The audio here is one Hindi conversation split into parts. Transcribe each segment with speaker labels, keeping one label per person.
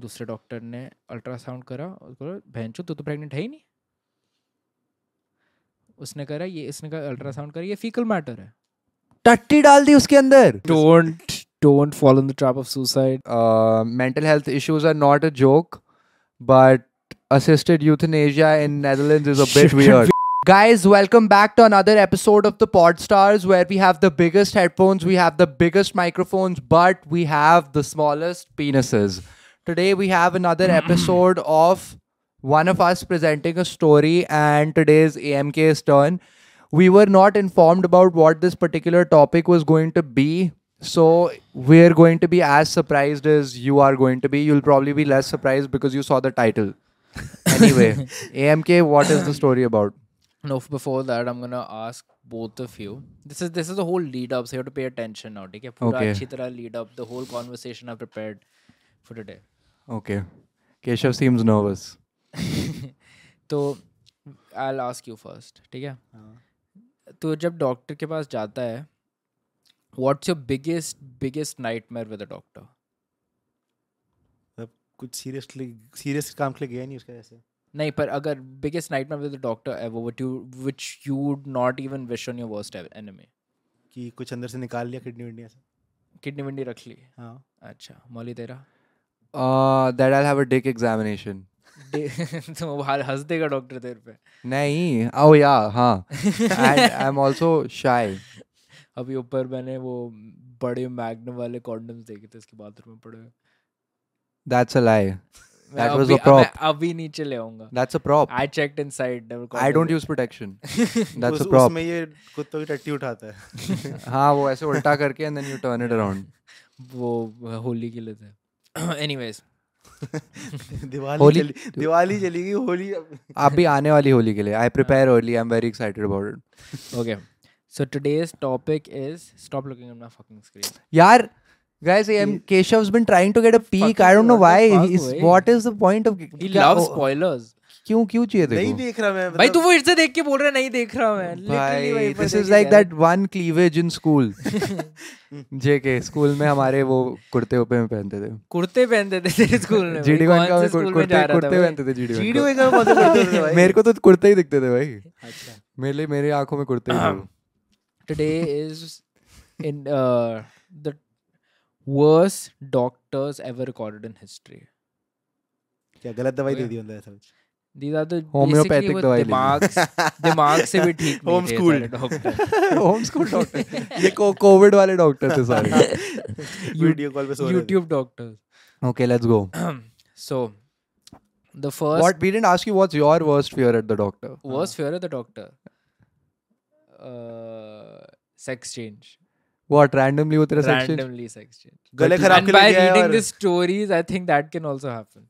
Speaker 1: दूसरे डॉक्टर ने अल्ट्रासाउंड करा उसको बोला, बहन चो तू तो प्रेग्नेंट है ही नहीं उसने करा ये इसने कहा अल्ट्रासाउंड करा ये फीकल मैटर है
Speaker 2: टट्टी डाल दी उसके अंदर
Speaker 1: don't don't follow the trap of suicide
Speaker 2: Uh, mental health issues are not a joke, but assisted euthanasia in Netherlands is a bit
Speaker 1: Should
Speaker 2: weird. Guys, welcome back to another episode of the Podstars where we have the biggest headphones, we have the biggest microphones, but we have the smallest penises. Today we have another episode of one of us presenting a story and today's AMK's turn. We were not informed about what this particular topic was going to be, so we're going to be as surprised as you are going to be. You'll probably be less surprised because you saw the title. Anyway, AMK, what is the story about?
Speaker 1: No, f- before that, I'm gonna ask both of you. This is this is the whole lead up, so you have to pay attention now. ठीक है पूरा
Speaker 2: Okay.
Speaker 1: अच्छी तरह lead up. The whole conversation I prepared for today.
Speaker 2: Okay. Keshav seems nervous.
Speaker 1: तो I'll ask you first. ठीक है.
Speaker 2: हाँ।
Speaker 1: तो जब डॉक्टर के पास जाता है, what's your biggest biggest nightmare with a doctor?
Speaker 3: अब मतलब कुछ सीरियसली सीरियस काम के लिए गया नहीं उसका ऐसे
Speaker 1: नहीं पर अगर biggest nightmare with a doctor ever, what you which you would not even wish on your worst e- enemy.
Speaker 3: कि कुछ अंदर से निकाल लिया किडनी विडनी ऐसे
Speaker 1: किडनी विंडी रख ली
Speaker 3: हाँ
Speaker 1: अच्छा मौली तेरा
Speaker 2: Uh, that I'll have a dick examination.
Speaker 1: डे- तो वो हं- हंस देगा डॉक्टर तेरे पे
Speaker 2: Nahi. Oh yeah, huh. and I'm also shy.
Speaker 1: अभी ऊपर मैंने वो बड़े मैग्नम वाले कॉन्डम्स देखे थे इसके बाथरूम में पड़े हुए।
Speaker 2: That's a lie.
Speaker 1: मैं
Speaker 2: That was
Speaker 1: अभी-
Speaker 2: a prop.
Speaker 1: मैं अभी नीचे ले आऊंगा
Speaker 2: That's a prop.
Speaker 1: I checked inside
Speaker 2: I don't use protection. That's
Speaker 3: उस,
Speaker 2: a prop.
Speaker 3: उसमें ये कुत्तों की टट्टी उठाता है
Speaker 2: हाँ वो ऐसे उल्टा करके and then you turn it around.
Speaker 1: वो होली के लिए थे एनीवेज
Speaker 3: दिवाली
Speaker 2: होली-
Speaker 3: चली दिवाली चली गई होली अब-
Speaker 2: आप भी आने वाली होली के लिए. I prepare early. I'm very excited about it.
Speaker 1: Okay so today's topic is stop looking at my fucking screen
Speaker 2: Yaar, guys, AM Keshav's been trying to get a peek. I
Speaker 1: Fucking
Speaker 2: don't know
Speaker 1: what the
Speaker 2: why.
Speaker 1: fuck,
Speaker 2: He's,
Speaker 1: bhai?
Speaker 2: what is the point of?
Speaker 1: He
Speaker 2: क्या-
Speaker 1: लव्स
Speaker 2: ओ-
Speaker 1: स्पॉयलर्स
Speaker 2: क्यों क्यों चाहिए
Speaker 3: नहीं
Speaker 2: देखो?
Speaker 3: देख रहा मैं
Speaker 1: भाई तू
Speaker 3: मतलब
Speaker 1: वो इधर से देख के बोल रहा है नहीं देख रहा मैं लिटरली
Speaker 2: भाई
Speaker 1: भाई
Speaker 2: this is like that one cleavage in school JK school में हमारे वो कुर्ते उपे में पहनते थे
Speaker 1: कुर्ते पहनते थे तेरे स्कूल में भाई,
Speaker 2: जीडी
Speaker 1: कौन
Speaker 2: वन का
Speaker 1: से
Speaker 2: कुर-
Speaker 1: स्कूल में जा
Speaker 2: कुर्ते
Speaker 1: रहा था
Speaker 2: कुर्ते
Speaker 1: भाई?
Speaker 2: पहनते थे जीडी
Speaker 3: जीडी
Speaker 2: वन
Speaker 3: में क्या पता करते थे
Speaker 2: का।
Speaker 3: भाई
Speaker 2: मेरे को तो कुर्ते ही दिखते थे भाई
Speaker 1: अच्छा हाँ।
Speaker 2: मेरे लिए मेरे आंखों में कुर्ते ही थे
Speaker 1: today is in uh, the worst doctors ever recorded in history.
Speaker 3: क्या गलत दवाई
Speaker 1: Okay.
Speaker 3: दे दी बंदा ऐसा
Speaker 1: These are the
Speaker 2: Homeopathic
Speaker 1: basically वो
Speaker 2: दवाई ली।
Speaker 1: दिमाग दिमाग से भी ठीक नहीं थे
Speaker 3: Homeschooled.
Speaker 1: सारे डॉक्टर
Speaker 2: होम स्कूल डॉक्टर ये को- कोविड वाले डॉक्टर थे सारे
Speaker 3: वीडियो कॉल पे सो रहे थे।
Speaker 1: YouTube doctors.
Speaker 2: Okay let's go
Speaker 1: So the first
Speaker 2: what we didn't ask you what's your worst fear at the doctor
Speaker 1: worst
Speaker 3: हाँ.
Speaker 1: fear of the doctor. Uh, sex change.
Speaker 2: What randomly वो तेरा सेक्शन
Speaker 1: Randomly sex change.
Speaker 3: गले खराब
Speaker 1: And
Speaker 3: के
Speaker 1: by
Speaker 3: लिए गया है
Speaker 1: reading
Speaker 3: और
Speaker 1: these stories, I think that can also happen.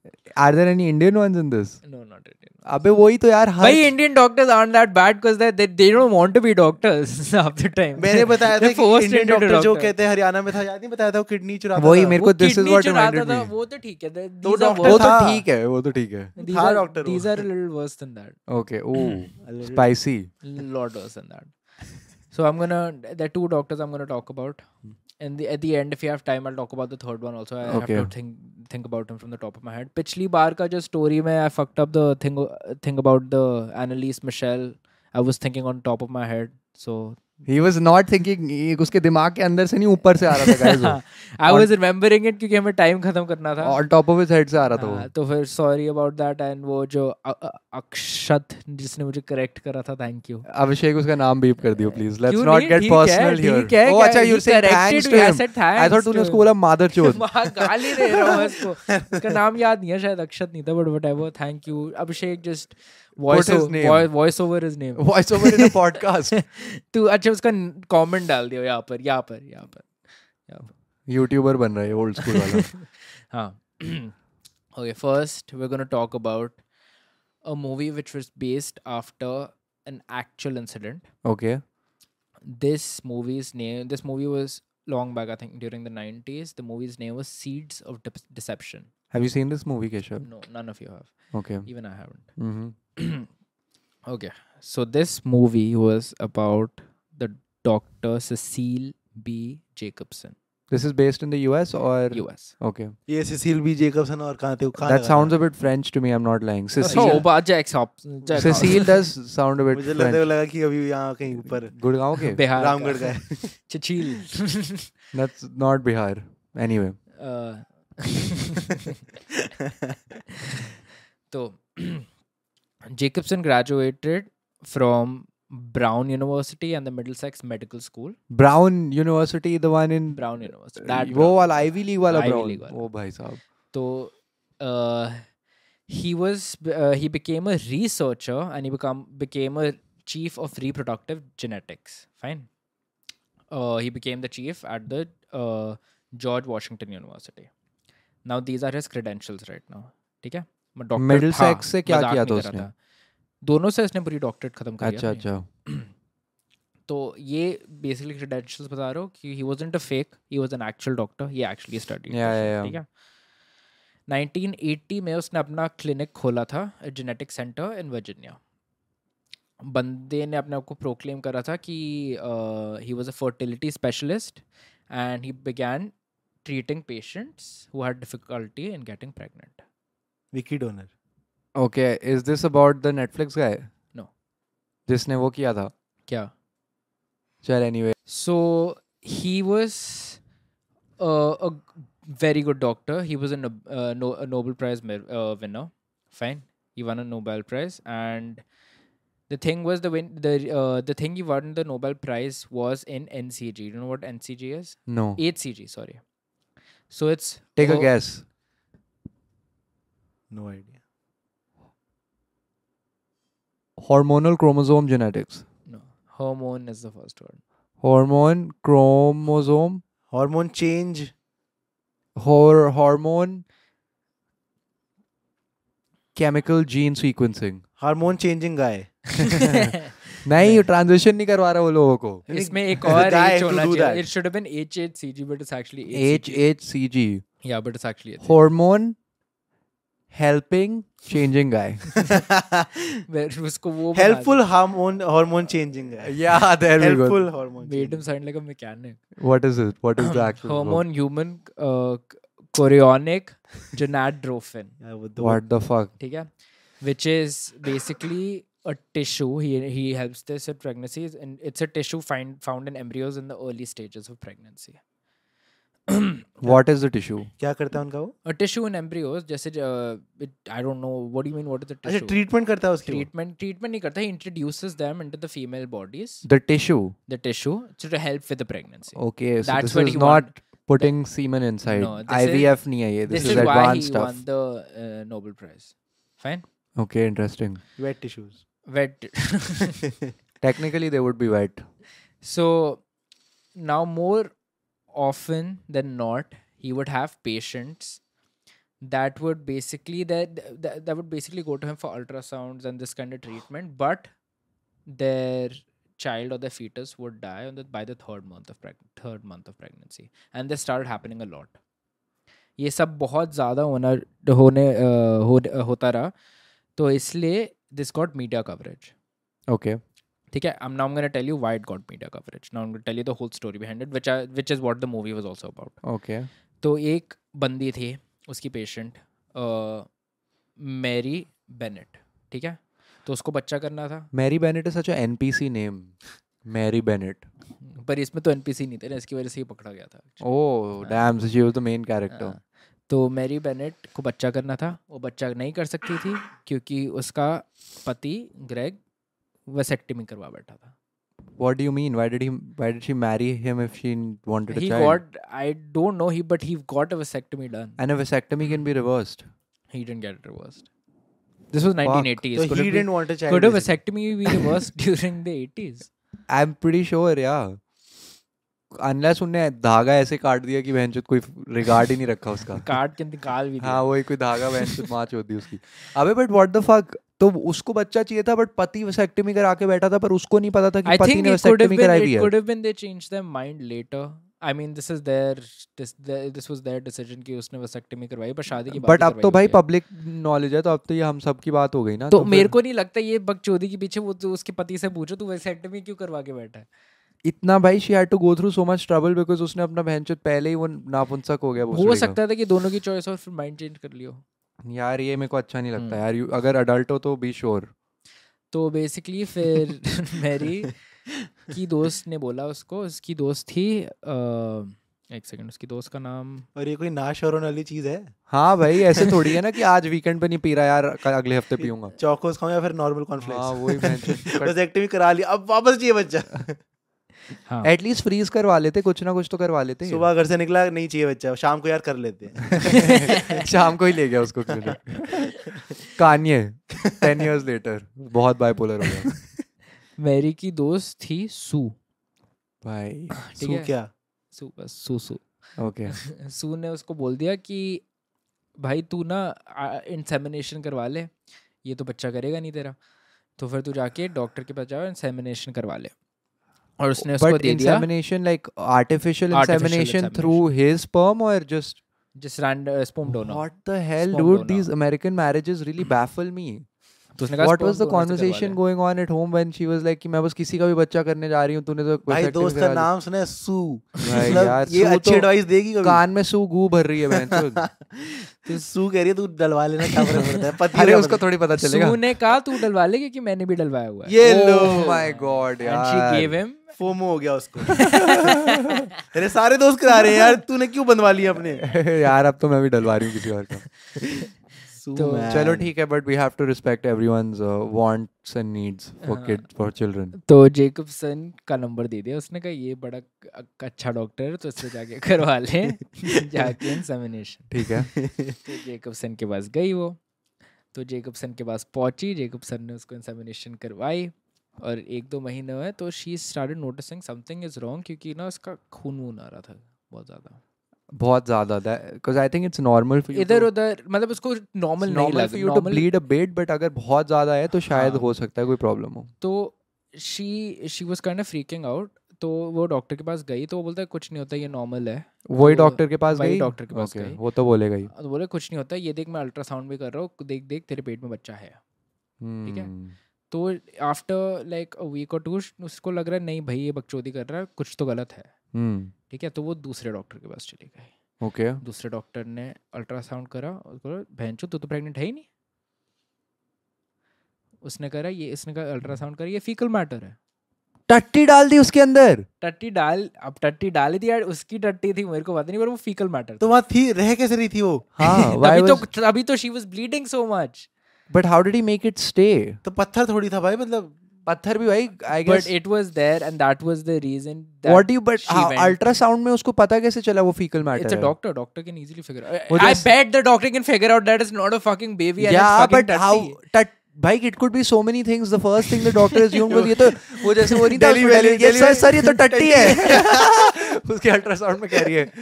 Speaker 2: Are there any Indian ones in this
Speaker 1: No, not it.
Speaker 2: अबे वही तो यार
Speaker 1: भाई
Speaker 2: हर
Speaker 1: Indian doctors aren't that bad because they they, they don't want to be doctors half the time
Speaker 3: मैंने बताया था
Speaker 1: They're
Speaker 3: कि
Speaker 1: forced
Speaker 3: इंडियन
Speaker 1: into
Speaker 3: डॉक्टर जो
Speaker 1: doctor.
Speaker 3: कहते हैं हरियाणा में था याद नहीं बताया था वो किडनी चुराता
Speaker 2: वही
Speaker 3: था।
Speaker 2: मेरे
Speaker 1: वो
Speaker 2: को दिस इज
Speaker 1: kidney
Speaker 2: व्हाट
Speaker 1: चुराता
Speaker 2: रिमाइंडेड
Speaker 1: था,
Speaker 2: मी
Speaker 1: वो तो ठीक है th-
Speaker 3: तो
Speaker 1: these are
Speaker 3: doctor
Speaker 2: वो
Speaker 1: worse-
Speaker 2: तो
Speaker 3: था।
Speaker 2: ठीक है वो तो ठीक है
Speaker 1: these
Speaker 3: था
Speaker 1: are-
Speaker 3: doctor वो।
Speaker 1: these are a little worse than that
Speaker 2: Okay.
Speaker 1: Hmm।
Speaker 2: Ooh,
Speaker 3: A little-
Speaker 2: spicy.
Speaker 1: lot worse than that so i'm gonna there are two doctors i'm gonna talk about
Speaker 2: Hmm.
Speaker 1: and the, at the end if you have time i'll talk about the third one also i
Speaker 2: Okay.
Speaker 1: have to think think about him from the top of my head पिछली बार का जो story में i fucked up the thing thing about the annalise michelle i was thinking on top of my head so
Speaker 2: He was not thinking. ये उसके दिमाग के अंदर से नहीं ऊपर से आ रहा था guys. वो.
Speaker 1: I
Speaker 2: On-
Speaker 1: was remembering it क्योंकि हमें टाइम खत्म करना था
Speaker 2: On top of his head से आ रहा था
Speaker 1: हाँ,
Speaker 2: वो.
Speaker 1: तो फिर सॉरी अबाउट दैट एंड वो जो अ- अ- अक्षत जिसने मुझे करेक्ट करा था थैंक यू
Speaker 2: अभिषेक उसका नाम बीप कर दियो please let's not get personal here ओ अच्छा you say thanks to him I thought तूने उसको बोला मादर चोद
Speaker 1: गाली दे रहा हूँ इसको इसका नाम याद नहीं है शायद अक्षत नहीं था but what thank you Abhishek just voice
Speaker 2: his name.
Speaker 1: Voice over is name
Speaker 2: voice over in a podcast
Speaker 1: तो अच्छा उसका कमेंट डाल दियो यहाँ पर यहाँ पर यहाँ पर यहाँ पर
Speaker 2: यूट्यूबर बन रहा है ओल्ड स्कूल वाला
Speaker 1: Huh. हाँ। okay, first we're going to talk about a movie which was based after an actual incident.
Speaker 2: Okay
Speaker 1: This movie's name, this movie was long back, I think, during the 90s. The movie's name was Seeds of De- Deception.
Speaker 2: Have you seen this movie Keshav
Speaker 1: No, none of you have.
Speaker 2: Okay
Speaker 1: Even I haven't.
Speaker 2: Mm-hmm.
Speaker 1: Okay, so this movie was about the doctor Cecile B. Jacobson.
Speaker 2: This is based in the US or
Speaker 1: US.
Speaker 2: okay.
Speaker 3: ये सिसिल बी जेकबसन और कहां थे वो कहां
Speaker 2: That
Speaker 3: लगा
Speaker 2: sounds
Speaker 3: था?
Speaker 2: a bit French to me. I'm not lying.
Speaker 1: Oh,
Speaker 2: Cecile,
Speaker 1: but Jack Hop. Jack Hop-
Speaker 2: Cecile does sound a bit
Speaker 3: मुझे
Speaker 2: French.
Speaker 3: लगता है लगा कि अभी यहाँ कहीं ऊपर
Speaker 2: Gurgaon, okay.
Speaker 1: Bihar.
Speaker 3: रामगढ़ का है
Speaker 1: Chichil.
Speaker 2: That's not Bihar. Anyway,
Speaker 1: Uh, so Jacobson graduated from Brown University and the Middlesex Medical School.
Speaker 2: Brown University, the one in
Speaker 1: Brown University. That
Speaker 2: वो
Speaker 1: Brown.
Speaker 2: वाला Ivy League वाला
Speaker 1: Ivy
Speaker 2: Brown.
Speaker 1: League वाला।
Speaker 2: ओ भाई साहब.
Speaker 1: So तो, uh, he was uh, he became a researcher and he become became a chief of reproductive genetics. Fine. Uh, he became the chief at the uh, George Washington University. Now these are his credentials right now. ठीक है मैं doctor था,
Speaker 2: Middlesex से क्या
Speaker 1: मजाक
Speaker 2: किया
Speaker 1: नहीं
Speaker 2: था
Speaker 1: कर रहा
Speaker 2: उसने?
Speaker 1: दोनों से इसने पूरी डॉक्टरेट खत्म करी
Speaker 2: अच्छा
Speaker 1: अपनी।
Speaker 2: अच्छा.
Speaker 1: तो ये बेसिकली क्रेडेंशियल्स बता रहा हूँ कि he wasn't a fake he was an actual doctor he actually study
Speaker 2: Yeah, yeah, yeah.
Speaker 1: ठीक है 1980 में उसने अपना क्लिनिक खोला था जेनेटिक सेंटर इन वर्जीनिया बंदे ने अपने आप को प्रोक्लेम करा था कि uh, he was a fertility specialist and he began treating patients who had difficulty in getting pregnant
Speaker 3: Vicky Donor
Speaker 2: Okay, is this about the Netflix guy?
Speaker 1: No.
Speaker 2: जिसने वो किया था.
Speaker 1: क्या
Speaker 2: चल anyway.
Speaker 1: So he was uh, a g- very good doctor. He was a, no- uh, no- a Nobel Prize mer- uh, winner. Fine, he won a Nobel Prize, and the thing was the win- the uh, the thing he won the Nobel Prize was in NCG. You know what NCG is?
Speaker 2: No.
Speaker 1: HCG. Sorry. So it's
Speaker 2: Take a
Speaker 1: ho-
Speaker 2: guess.
Speaker 3: No idea
Speaker 2: Hormonal chromosome genetics.
Speaker 1: No, hormone is the first word.
Speaker 2: Hormone chromosome
Speaker 3: hormone change
Speaker 2: or hormone chemical gene sequencing.
Speaker 3: Hormone changing guy
Speaker 2: नहीं ट्रांजिशन नहीं करवा रहा वो लोगों को
Speaker 1: इसमें एक
Speaker 3: The
Speaker 1: और
Speaker 3: guy
Speaker 1: H
Speaker 3: to
Speaker 1: होना
Speaker 3: do
Speaker 1: चाहिए.
Speaker 3: that.
Speaker 1: It should have been HHCG, but it's actually
Speaker 2: H
Speaker 1: HCG.
Speaker 2: H C G
Speaker 1: Yeah, but it's actually HCG.
Speaker 2: Hormone helping changing guy
Speaker 1: where उसको वो बना दे-
Speaker 3: helpful hormone hormone changing guy
Speaker 2: या there we go
Speaker 3: helpful hormone
Speaker 1: made him sound like a mechanic.
Speaker 2: What is it what is the actual
Speaker 1: Um, Hormone human uh, chorionic gonadotrophin.
Speaker 2: What the fuck
Speaker 1: ठीक है? Which is basically a tissue. He he helps this with pregnancies, and it's a tissue find found in embryos in the early stages of pregnancy.
Speaker 2: What is the tissue
Speaker 3: क्या करता है उनका वो
Speaker 1: A tissue in embryos, जैसे uh, it, I don't know what do you mean. What is the
Speaker 3: अच्छा
Speaker 1: tissue?
Speaker 3: ट्रीटमेंट करता है उसकी वो?
Speaker 1: treatment treatment नहीं करता. He introduces them into the female bodies,
Speaker 2: the tissue
Speaker 1: the tissue to help with the pregnancy.
Speaker 2: Okay so
Speaker 1: That's
Speaker 2: this
Speaker 1: what
Speaker 2: is
Speaker 1: he
Speaker 2: not
Speaker 1: want-
Speaker 2: putting semen inside
Speaker 1: No, this is-
Speaker 2: IVF नहीं है ये
Speaker 1: This,
Speaker 2: this
Speaker 1: is,
Speaker 2: is
Speaker 1: why he
Speaker 2: advance
Speaker 1: won
Speaker 2: stuff
Speaker 1: the uh, Nobel Prize. Fine.
Speaker 2: Okay interesting
Speaker 3: wet tissues.
Speaker 1: wet
Speaker 2: technically they would be wet
Speaker 1: so now more often than not he would have patients that would basically that that, that would basically go to him for ultrasounds and this kind of treatment but their child or their fetus would die on the, by the third month of preg- third month of pregnancy and this started happening a lot ये सब बहुत ज़्यादा होना होने अ, हो, होता रहा तो इसलिए this got media coverage
Speaker 2: okay
Speaker 1: ठीक है I now gonna tell you why it got media coverage now I gonna tell you the whole story behind it which which is what the movie was also about
Speaker 2: okay
Speaker 1: तो एक बंदी थी उसकी पेशेंट मैरी बेनेट ठीक है तो उसको बच्चा करना था
Speaker 2: Mary Bennett is such a NPC name Mary Bennett
Speaker 1: पर इसमें तो एनपीसी नहीं थे ना इसकी वजह से ही पकड़ा गया था actually.
Speaker 2: Oh damn she was the main character
Speaker 1: हाँ, तो मैरी बेनेट को बच्चा करना था वो बच्चा नहीं कर सकती थी क्योंकि उसका पति ग्रेग वेसेक्टमी करवा बैठा था Uh.
Speaker 2: What do you mean? Why did he? Why did she marry him if she n- wanted a
Speaker 1: he
Speaker 2: child?
Speaker 1: Got I don't know he but he got a vasectomy done
Speaker 2: and a vasectomy can be reversed.
Speaker 1: He didn't get it reversed. This was 1980s.
Speaker 3: So
Speaker 1: could
Speaker 3: he
Speaker 1: it be-
Speaker 3: didn't want a child.
Speaker 1: could a
Speaker 3: basically.
Speaker 1: vasectomy be reversed during the 80s?
Speaker 2: I'm pretty sure, yeah. Unless उनने धागा ऐसे काट दिया कि बहनचोद कोई regard ही नहीं रखा उसका.
Speaker 1: काट के निकाल भी
Speaker 2: हाँ
Speaker 1: दिया.
Speaker 2: वही कोई धागा बहनचोद मार चोद दी उसकी. अबे but what the fuck? तो उसको बच्चा चाहिए था बट पति vasectomy करा के बैठा था पर उसको नहीं पता था
Speaker 1: I
Speaker 2: कि पति
Speaker 1: think
Speaker 2: ने
Speaker 1: it could have
Speaker 2: vasectomy
Speaker 1: been.
Speaker 2: कराई हुई
Speaker 1: It
Speaker 2: है.
Speaker 1: could have been they changed their mind later. I mean, this is their this their, this was their decision कि उसने vasectomy करवाई पर शादी के बाद
Speaker 2: बट
Speaker 1: ही
Speaker 2: अब तो
Speaker 1: करवाई
Speaker 2: भाई
Speaker 1: होती है.
Speaker 2: पब्लिक नॉलेज है तो अब तो ये हम सब की बात हो गई ना
Speaker 1: तो मेरे
Speaker 2: फिर-
Speaker 1: को नहीं लगता ये बकचोदी के पीछे वो तो उसके पति से पूछो तू वेसेक्टमी क्यों करवा के बैठा है
Speaker 2: इतना भाई she had to go through so much trouble because उसने अपना बहनचोद पहले ही वो नापुंसक हो गया
Speaker 1: हो
Speaker 2: भोसड़ी का।
Speaker 1: सकता था कि दोनों की चॉइस और फिर माइंड चेंज कर लियो
Speaker 2: यार ये मेरे को अच्छा नहीं लगता
Speaker 1: हम्म।
Speaker 2: यार यू अगर अडल्ट हो तो बी श्योर
Speaker 1: तो बेसिकली फिर मेरी की दोस्त ने बोला उसको उसकी दोस्त थी अ, एक सेकंड उसकी दोस्त का नाम
Speaker 3: और ये कोई नाश और वाली चीज है
Speaker 2: हाँ भाई ऐसे थोड़ी है ना कि आज वीकेंड पे नहीं पी रहा यार कल अगले हफ्ते पीऊंगा
Speaker 3: चौकोस खाऊं या फिर नॉर्मल कॉर्नफ्लेक्स
Speaker 2: हाँ, वही मैं-
Speaker 3: बस एक्टिव करा लिया अब वापस चाहिए बच्चा
Speaker 1: हाँ
Speaker 2: एटलीस्ट फ्रीज करवा लेते कुछ ना कुछ तो करवा लेते
Speaker 3: सुबह घर से निकला नहीं चाहिए बच्चा शाम को यार कर लेते हैं
Speaker 2: शाम को ही ले गया उसको कानिए टेन इयर्स लेटर बहुत बाइपोलर हो गया
Speaker 1: मेरी की दोस्त थी सू
Speaker 2: भाई
Speaker 1: ठीक
Speaker 3: सू
Speaker 1: है
Speaker 3: क्या
Speaker 1: सू बस सू सू
Speaker 2: ओके
Speaker 1: सू ने उसको बोल दिया कि भाई तू ना इंसेमिनेशन करवा ले ये तो बच्चा करेगा नहीं तेरा तो फिर तू जाके डॉक्टर के पास जाओ इंसेमिनेशन करवा ले और उसने उसको
Speaker 2: बट
Speaker 1: दे दिया
Speaker 2: insemination like artificial,
Speaker 1: Artificial
Speaker 2: insemination through his sperm or just
Speaker 1: जिस Rand sperm donor
Speaker 2: what the hell
Speaker 1: Sperm
Speaker 2: dude
Speaker 1: donor.
Speaker 2: these american marriages really baffle me
Speaker 1: तो उसने कहा
Speaker 2: what
Speaker 1: sperm
Speaker 2: was
Speaker 1: donor
Speaker 2: the
Speaker 1: से करवा
Speaker 2: conversation
Speaker 1: ले।
Speaker 2: going on at home when she was like कि मैं बस किसी का भी बच्चा करने जा रही हूँ तूने तो
Speaker 3: भाई
Speaker 2: vasectomy
Speaker 3: दोस्त
Speaker 2: करा
Speaker 3: का
Speaker 2: ली।
Speaker 3: नाम सुना है सू
Speaker 2: भाई
Speaker 3: मतलब
Speaker 2: यार,
Speaker 3: ये
Speaker 2: सू
Speaker 3: अच्छी
Speaker 2: तो
Speaker 3: एडवाइस देगी कभी
Speaker 2: कान में सू गू भर रही है बहन
Speaker 3: तो सू कह रही है तू डलवा लेना क्या फर्क पड़ता है पति
Speaker 2: अरे
Speaker 3: होगा
Speaker 2: उसको
Speaker 3: पति।
Speaker 2: थोड़ी पता चलेगा
Speaker 1: सू ने कहा तू डलवा ले क्योंकि मैंने भी डलवाया हुआ है
Speaker 2: ये
Speaker 3: Oh
Speaker 2: लो my god
Speaker 1: And she gave
Speaker 2: यार
Speaker 1: him
Speaker 3: फोमो हो गया उसको अरे सारे दोस्त करा रहे हैं यार तूने क्यों बनवा लिया अपने
Speaker 2: यार अब तो मैं भी डलवा रही हूँ किसी और का तो
Speaker 3: Sue,
Speaker 1: तो-
Speaker 3: man.
Speaker 2: चलो ठीक है but we have to respect everyone's wants and needs for kids for children
Speaker 1: तो जेकबसन का नंबर दे दिया उसने कहा ये बड़ा क- अच्छा डॉक्टर है तो इससे जाके करवा ले जाके इंसेमिनेशन
Speaker 2: ठीक है
Speaker 1: तो जेकबसन के पास गई वो तो जेकबसन के पास पहुंची जेकबसन ने उसको इंसेमिनेशन करवाई और एक दो महीने हुए तो she started noticing something is wrong क्योंकि ना उसका खून वून आ रहा था बहुत ज़्यादा
Speaker 2: बहुत ज्यादा because I think it's normal for
Speaker 1: इधर उधर मतलब उसको नॉर्मल नहीं
Speaker 2: नॉर्मल
Speaker 1: लग
Speaker 2: for you to
Speaker 1: normal
Speaker 2: bleed a bit but अगर बहुत ज्यादा है तो शायद
Speaker 1: हाँ।
Speaker 2: हो सकता है कोई प्रॉब्लम हो
Speaker 1: तो she she was kind of freaking out तो वो डॉक्टर के पास गई तो वो बोलता है कुछ नहीं होता ये नॉर्मल है
Speaker 2: वही
Speaker 1: तो
Speaker 2: डॉक्टर के पास
Speaker 1: वही
Speaker 2: गई
Speaker 1: डॉक्टर के पास
Speaker 2: Okay,
Speaker 1: गई।
Speaker 2: वो तो बोलेगा ही
Speaker 1: तो बोले कुछ नहीं होता ये देख मैं अल्ट्रासाउंड भी कर रहा हूँ देख देख तेरे पेट में बच्चा है है।
Speaker 2: Hmm.
Speaker 1: तो after like a week or two उसको लग रहा है नहीं भाई ये बकचोदी कर रहा है कुछ तो गलत है
Speaker 2: Hmm.
Speaker 1: ठीक है तो वो दूसरे डॉक्टर के पास चली गई
Speaker 2: Okay.
Speaker 1: दूसरे डॉक्टर ने अल्ट्रासाउंड करा उसको बहन चो तू तो प्रेग्नेंट है ही नहीं उसने करा ये इसने कहा अल्ट्रासाउंड करा ये फीकल मैटर है
Speaker 2: टट्टी डाल दी उसके अंदर
Speaker 1: टट्टी डाल अब टट्टी डाली थी यार उसकी टट्टी थी मेरे को पता नहीं पर वो फीकल मैटर
Speaker 3: तो वहां थी रह कैसे रही थी वो
Speaker 2: हाँ
Speaker 1: तभी तो अभी तो she was bleeding so much
Speaker 2: but how did he make it stay
Speaker 3: तो पत्थर थोड़ी था भाई मतलब
Speaker 2: पत्थर भी भाई I
Speaker 1: but
Speaker 2: guess
Speaker 1: it was there and that was the reason
Speaker 2: what you but
Speaker 1: she went.
Speaker 2: Ultrasound में उसको पता कैसे चला वो faecal
Speaker 1: It's
Speaker 2: matter
Speaker 1: a doctor. Doctor can easily figure out.
Speaker 2: Well,
Speaker 1: I
Speaker 2: that's-
Speaker 1: bet the doctor can figure out that it's not a fucking baby. and
Speaker 2: या
Speaker 1: it's fucking
Speaker 2: but how
Speaker 1: dirty.
Speaker 2: टट भाई it could be so many things the first thing the doctor assume ये तो वो जैसे वो नहीं था
Speaker 3: Delivery-
Speaker 2: उसमें delivery, "Yes, sir,
Speaker 3: delivery-
Speaker 2: sir, ये तो टट्टी है उसके अल्ट्रासाउंड में कह रही है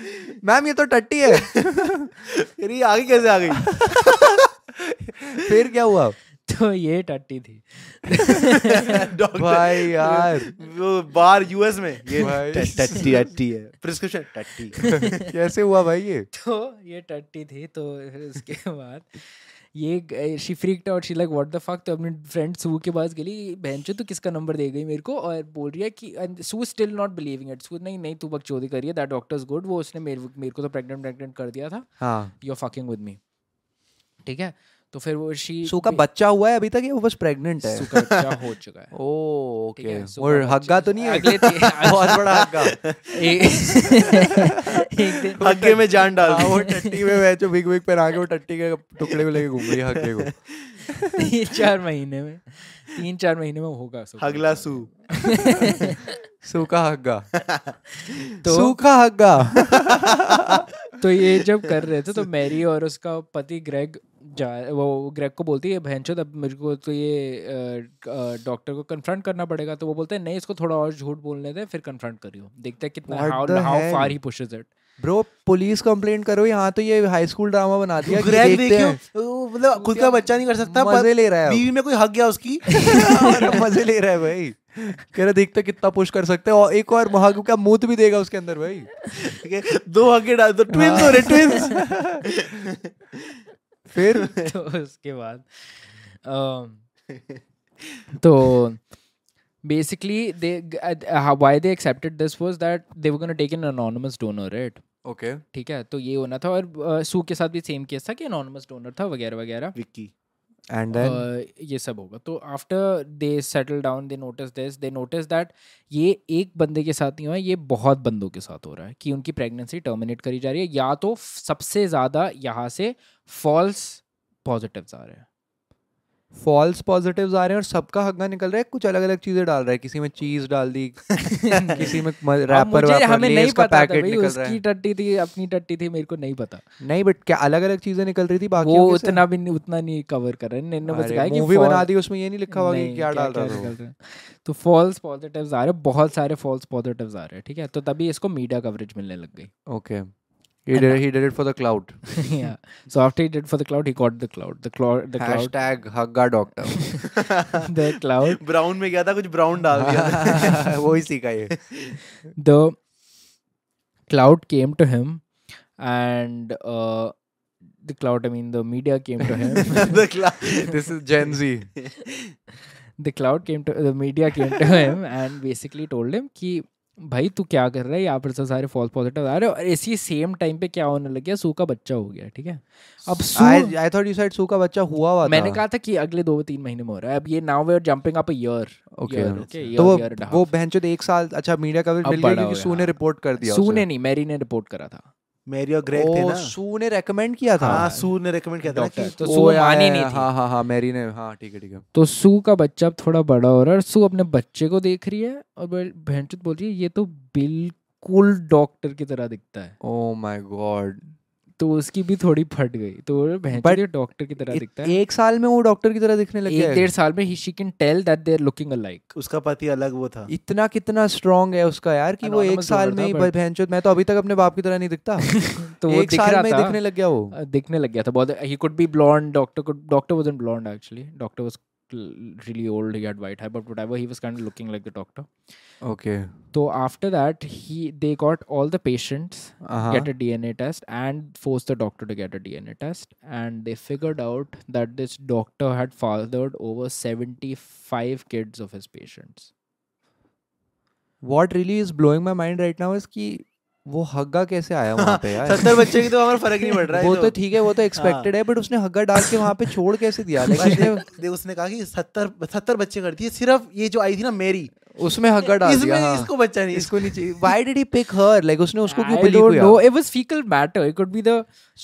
Speaker 2: मैम ये तो टट्टी है
Speaker 3: अरे ये आगे कैसे आ गई
Speaker 2: फिर क्या हुआ
Speaker 1: तो ये टट्टी थी
Speaker 3: डॉक्टर
Speaker 2: भाई यार।
Speaker 3: वो बार यूएस में ये
Speaker 2: भाई।
Speaker 3: ट- टट्टी टट्टी है प्रिस्क्रिप्शन टट्टी
Speaker 2: कैसे हुआ भाई ये
Speaker 1: तो ये टट्टी थी तो फिर उसके बाद ये she freaked out she like what the fuck तो अपने फ्रेंड सू के पास गई बहन चो तो किसका नंबर दे गई मेरे को और बोल रही है कि and Sue still not believing it Sue नहीं नहीं तू बकचोदी करी है दैट डॉक्टर इज गुड वो उसने मेरे मेरे को तो प्रेग्नेंट प्रेग्नेंट कर दिया था
Speaker 2: हाँ
Speaker 1: you are fucking with me ठीक है तो फिर वो शी
Speaker 2: सू का बच्चा हुआ है अभी तक या वो बस प्रेग्नेंट है
Speaker 1: सू का बच्चा हो चुका है
Speaker 2: ओ
Speaker 1: ठीक है,
Speaker 2: ओके
Speaker 1: सू
Speaker 2: वो
Speaker 1: का बच्चा-
Speaker 2: हग्गा तो नहीं है
Speaker 1: अगले दिन-
Speaker 2: बहुत बड़ा हग्गा
Speaker 1: एक एक दिन
Speaker 3: हग्गे में जान डाल
Speaker 2: हाँ,
Speaker 3: दी।
Speaker 2: वो टट्टी में मैं जो बिग बिग पहना के वो टट्टी के टुकड़े को लेके घूम रही है हग्गे को
Speaker 1: तीन चार महीने में तीन चार महीने में होगा सब कुछ।
Speaker 3: अगला सू
Speaker 2: सूखा हग्गा
Speaker 1: तो
Speaker 2: सूखा हग्गा
Speaker 1: तो ये जब कर रहे थे तो मैरी और उसका पति ग्रेग जा वो ग्रेग को बोलती है बहनचोद अब मेरे को तो ये अ, अ, डॉक्टर को कन्फ्रंट करना पड़ेगा तो वो बोलते हैं नहीं इसको थोड़ा और झूठ बोलने दे फिर कन्फ्रंट करियो देखते हैं कितना
Speaker 2: What
Speaker 1: how
Speaker 2: the
Speaker 1: how
Speaker 2: hell?
Speaker 1: Far he pushes it
Speaker 2: bro police complaint करो यहाँ तो ये हाई स्कूल ड्रामा बना दिया कि
Speaker 3: ग्रैग
Speaker 2: देखते
Speaker 3: देखियो
Speaker 2: हैं
Speaker 3: वो मतलब खुद का बच्चा नहीं कर सकता पर
Speaker 2: मजे ले रहा है वो।
Speaker 3: बीवी में कोई हग गया उसकी
Speaker 2: और मजे ले रहा है भाई कह रहा देखते हैं कितना पुश कर सकते हैं और एक और महागु का मूत भी देगा उसके अंदर भाई
Speaker 3: के दो हगे डाल दो ट्विंस हो रहे ट्विंस
Speaker 2: हाँ। फिर
Speaker 1: तो उसके बाद अम, तो um, basically they g- uh, uh, how- why they accepted this was that they were going to take an anonymous donor right
Speaker 2: okay
Speaker 1: ठीक है तो ये होना था और सू के साथ भी सेम केस था कि अनोनमस डोनर था वगैरह वगैरह
Speaker 3: विक्की
Speaker 2: एंड देन
Speaker 1: अ, ये सब होगा तो after they settle down they notice this they notice that ये एक बंदे के साथ नहीं हुआ है ये बहुत बंदों के साथ हो रहा है कि उनकी प्रेगनेंसी टर्मिनेट करी जा रही है या तो फ- सबसे ज़्यादा यहाँ से फॉल्स पॉजिटिव्स आ रहे हैं
Speaker 2: फॉल्स पॉजिटिव्स आ रहे हैं और सबका हग्गा निकल रहा है कुछ अलग अलग चीजें डाल रहा है किसी में चीज डाल दी किसी में
Speaker 1: अब
Speaker 2: रैपर
Speaker 1: मुझे
Speaker 2: वैपर
Speaker 1: हमें नहीं
Speaker 2: लेस का
Speaker 1: पता था
Speaker 2: पैकेट
Speaker 1: भाई
Speaker 2: निकल रहा
Speaker 1: उसकी
Speaker 2: है
Speaker 1: टट्टी थी अपनी टट्टी थी मेरे को नहीं पता
Speaker 2: नहीं बट क्या अलग अलग चीजें निकल रही थी बाकी
Speaker 1: वो उतना भी नहीं उतना नहीं कवर कर रहे हैं इन्होंने बस कहा है कि
Speaker 2: मूवी
Speaker 1: fall-
Speaker 2: बना दी उसमें ये नहीं लिखा हुआ कि
Speaker 1: नहीं,
Speaker 2: क्या डाल रहा
Speaker 1: क्या
Speaker 2: था
Speaker 1: निकल रहा है। तो फॉल्स पॉजिटिव्स आ रहे बहुत सारे फॉल्स पॉजिटिव्स आ रहे हैं ठीक है तो तभी इसको मीडिया कवरेज मिलने लग गई
Speaker 2: okay he did he did it for the clout
Speaker 1: so after he did for the clout he got the clout the clout the clout
Speaker 2: hashtag हग्गा डॉक्टर
Speaker 1: द क्लाउड
Speaker 3: ब्राउन में गया था कुछ ब्राउन डाल दिया था
Speaker 2: वो ही सीखा ये
Speaker 1: the clout came to him and the clout I mean the media came to him
Speaker 3: The cla-
Speaker 2: this is gen z
Speaker 1: the clout came to the media came to him and basically told him कि भाई तू क्या कर रहा है यहाँ पर से सारे फॉल्स पॉजिटिव आ रहे हैं और इसी सेम टाइम पे क्या होने लग गया सू का बच्चा हो गया ठीक है अब Sue
Speaker 2: i i thought you said Sue का बच्चा हुआ हुआ था
Speaker 1: मैंने कहा था कि अगले दो तीन महीने में हो रहा है अब ये now we are jumping up a year
Speaker 2: Okay.
Speaker 1: okay
Speaker 2: तो वो
Speaker 1: year and a
Speaker 2: वो
Speaker 1: half.
Speaker 2: बहनचोद एक साल अच्छा मीडिया कवरेज
Speaker 1: अब
Speaker 2: मिल गया
Speaker 1: बड़ा हो गया,
Speaker 2: क्योंकि सू ने
Speaker 1: हाँ।
Speaker 2: रिपोर्ट कर दिया
Speaker 1: सू
Speaker 2: उसे।
Speaker 1: ने नहीं मैरी ने रिपोर्ट करा था
Speaker 3: मैरी और ग्रेग थे
Speaker 2: ओ,
Speaker 3: ना
Speaker 2: सू ने रेकमेंड किया था
Speaker 3: हाँ सू ने रेकमेंड किया था ना
Speaker 1: डॉक्टर
Speaker 3: कि-
Speaker 1: तो
Speaker 2: ओ,
Speaker 1: सू
Speaker 2: या,
Speaker 1: मानी
Speaker 2: या,
Speaker 1: नहीं
Speaker 2: या,
Speaker 1: थी
Speaker 2: हाँ हाँ हाँ मैरी ने हाँ ठीक है ठीक है
Speaker 1: तो सू का बच्चा अब थोड़ा बड़ा हो रहा है और सू अपने बच्चे को देख रही है और बहनचुत बोल रही है ये तो बिल्कुल डॉक्टर की तरह दिखता है
Speaker 2: ओ माय गॉड
Speaker 1: तो उसकी भी थोड़ी फट गई तो
Speaker 2: But
Speaker 1: बहनचुत ये डॉक्टर की तरह दिखता है
Speaker 2: एक साल में वो डॉक्टर की तरह दिखने लग
Speaker 1: एक
Speaker 2: गया है।
Speaker 1: डेढ़ साल में ही she can tell that they are looking alike
Speaker 3: उसका पति अलग वो था
Speaker 2: इतना कितना स्ट्रांग है उसका यार कि वो एक
Speaker 1: Anonymous
Speaker 2: साल
Speaker 1: donor
Speaker 2: में
Speaker 1: था,
Speaker 2: ही
Speaker 1: but-
Speaker 2: बहनचोद मैं तो अभी तक अपने बाप की तरह नहीं दिखता
Speaker 1: तो वो
Speaker 2: एक
Speaker 1: दिख
Speaker 2: साल
Speaker 1: रहा
Speaker 2: में ही
Speaker 1: था Uh,
Speaker 2: दिखने लग गया वो
Speaker 1: अ, दिखने लग गया था बहुत ही could be blond doctor could doctor wasn't blond actually doctor was really old he had white hair but whatever he was kind of looking like the doctor
Speaker 2: okay
Speaker 1: तो after that he they got all the patients
Speaker 2: uh-huh।
Speaker 1: get a DNA test and forced the doctor to get a DNA test and they figured out that this doctor had fathered over 75 kids of his patients
Speaker 2: what really is blowing my mind right now is कि वो हग्गा कैसे आया वहां पे यार
Speaker 3: सत्तर बच्चे की तो हाँ। हमारा फर्क नहीं पड़ रहा है
Speaker 2: वो
Speaker 3: ये
Speaker 2: तो ठीक है वो तो एक्सपेक्टेड है बट उसने हग्गा डाल के वहां पे छोड़ कैसे दिया
Speaker 3: बस
Speaker 2: लेकिन उसने
Speaker 3: देख- देख उसने कहा कि सत्तर सत्तर बच्चे कर दिए सिर्फ ये जो आई थी ना मेरी
Speaker 2: उसमें हग्गा डाल
Speaker 3: इसमें
Speaker 2: दिया हाँ।
Speaker 3: इसको बच्चा नहीं
Speaker 2: इसको नहीं चाहिए why did he pick her like उसने उसको क्यों
Speaker 1: I
Speaker 2: बिलीव
Speaker 1: don't
Speaker 2: किया
Speaker 1: know it was fecal matter it could be the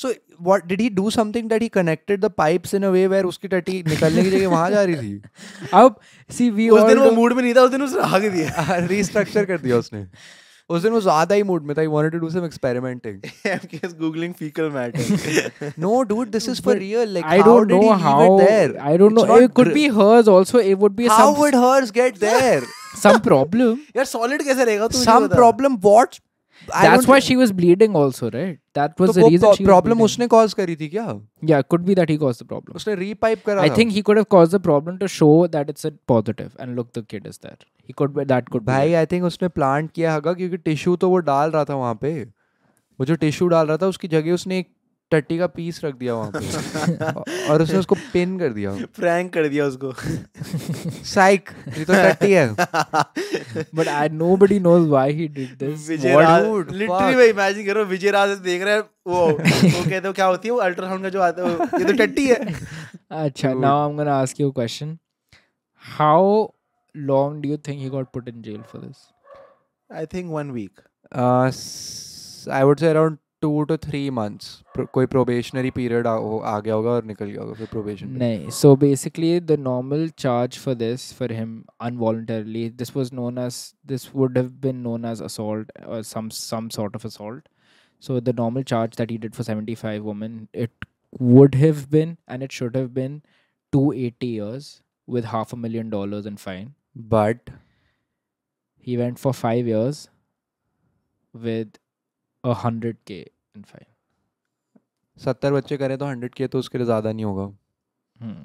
Speaker 2: so what did he do something that he connected the pipes in a way where उसकी टट्टी निकलने की जगह वहां जा रही थी
Speaker 1: अब see we
Speaker 3: उस
Speaker 1: all
Speaker 3: दिन वो
Speaker 1: know-
Speaker 3: मूड में नहीं था उस दिन उसने हग दिया
Speaker 2: रिस्ट्रक्चर कर दिया उसने उस दिन वो ज्यादा ही मूड में था he wanted to do some experimenting
Speaker 3: MKS googling fecal matter
Speaker 2: no dude this is for real like
Speaker 1: I don't know how. I don't know. It could be hers also. It would be
Speaker 2: how
Speaker 1: some
Speaker 2: would hers get there
Speaker 1: some problem.
Speaker 3: यार सॉलिड कैसे रहेगा तू
Speaker 2: some problem what
Speaker 1: That's why she was bleeding also, right? That was
Speaker 2: तो
Speaker 1: the reason.
Speaker 2: वो
Speaker 1: she was
Speaker 2: प्रॉब्लम
Speaker 1: bleeding.
Speaker 2: उसने कॉज करी थी क्या
Speaker 1: Yeah, could be that he caused the problem.
Speaker 2: उसने रीपाइप करा
Speaker 1: I
Speaker 2: था।
Speaker 1: think he could have caused the problem to show that it's a positive, and look, the kid is there. He could be that could
Speaker 2: भाई
Speaker 1: be.
Speaker 2: आई थिंक उसने प्लांट किया होगा क्योंकि टिश्यू तो वो डाल रहा था वहां पे वो जो टिश्यू डाल रहा था उसकी जगह उसने एक टट्टी का पीस रख दिया वहां पे औ- और उसने उसको पिन कर दिया
Speaker 3: प्रैंक कर दिया उसको
Speaker 2: साइक ये तो टट्टी है
Speaker 1: it. But I, nobody knows why he did this.
Speaker 3: Vijay
Speaker 2: What
Speaker 3: Raj
Speaker 2: would-
Speaker 3: literally
Speaker 2: fuck.
Speaker 3: मैं imagine कर रहा हूँ विजय राज देख रहा है वो वो कहते हो क्या होती है वो अल्ट्रासाउंड का जो आता है वो- ये तो टट्टी है
Speaker 1: Acha, now I'm gonna ask you a question. How long do you think he got put in jail for this?
Speaker 3: I think one week
Speaker 2: Uh, I would say around two to three months कोई प्रोबेशनरी पीरियड आ, हो- आ गया होगा और निकल गया होगा फिर probation
Speaker 1: No. So basically, the normal charge for this, for him, involuntarily, this was known as this would have been known as assault or some some sort of assault. So the normal charge that he did for seventy five women, it would have been and it should have been two eighty years with half a million dollars in fine.
Speaker 2: But
Speaker 1: He went for five years with a hundred k in fine.
Speaker 2: सत्तर बच्चे करें तो हंड्रेड के तो उसके लिए ज्यादा नहीं होगा
Speaker 1: Hmm.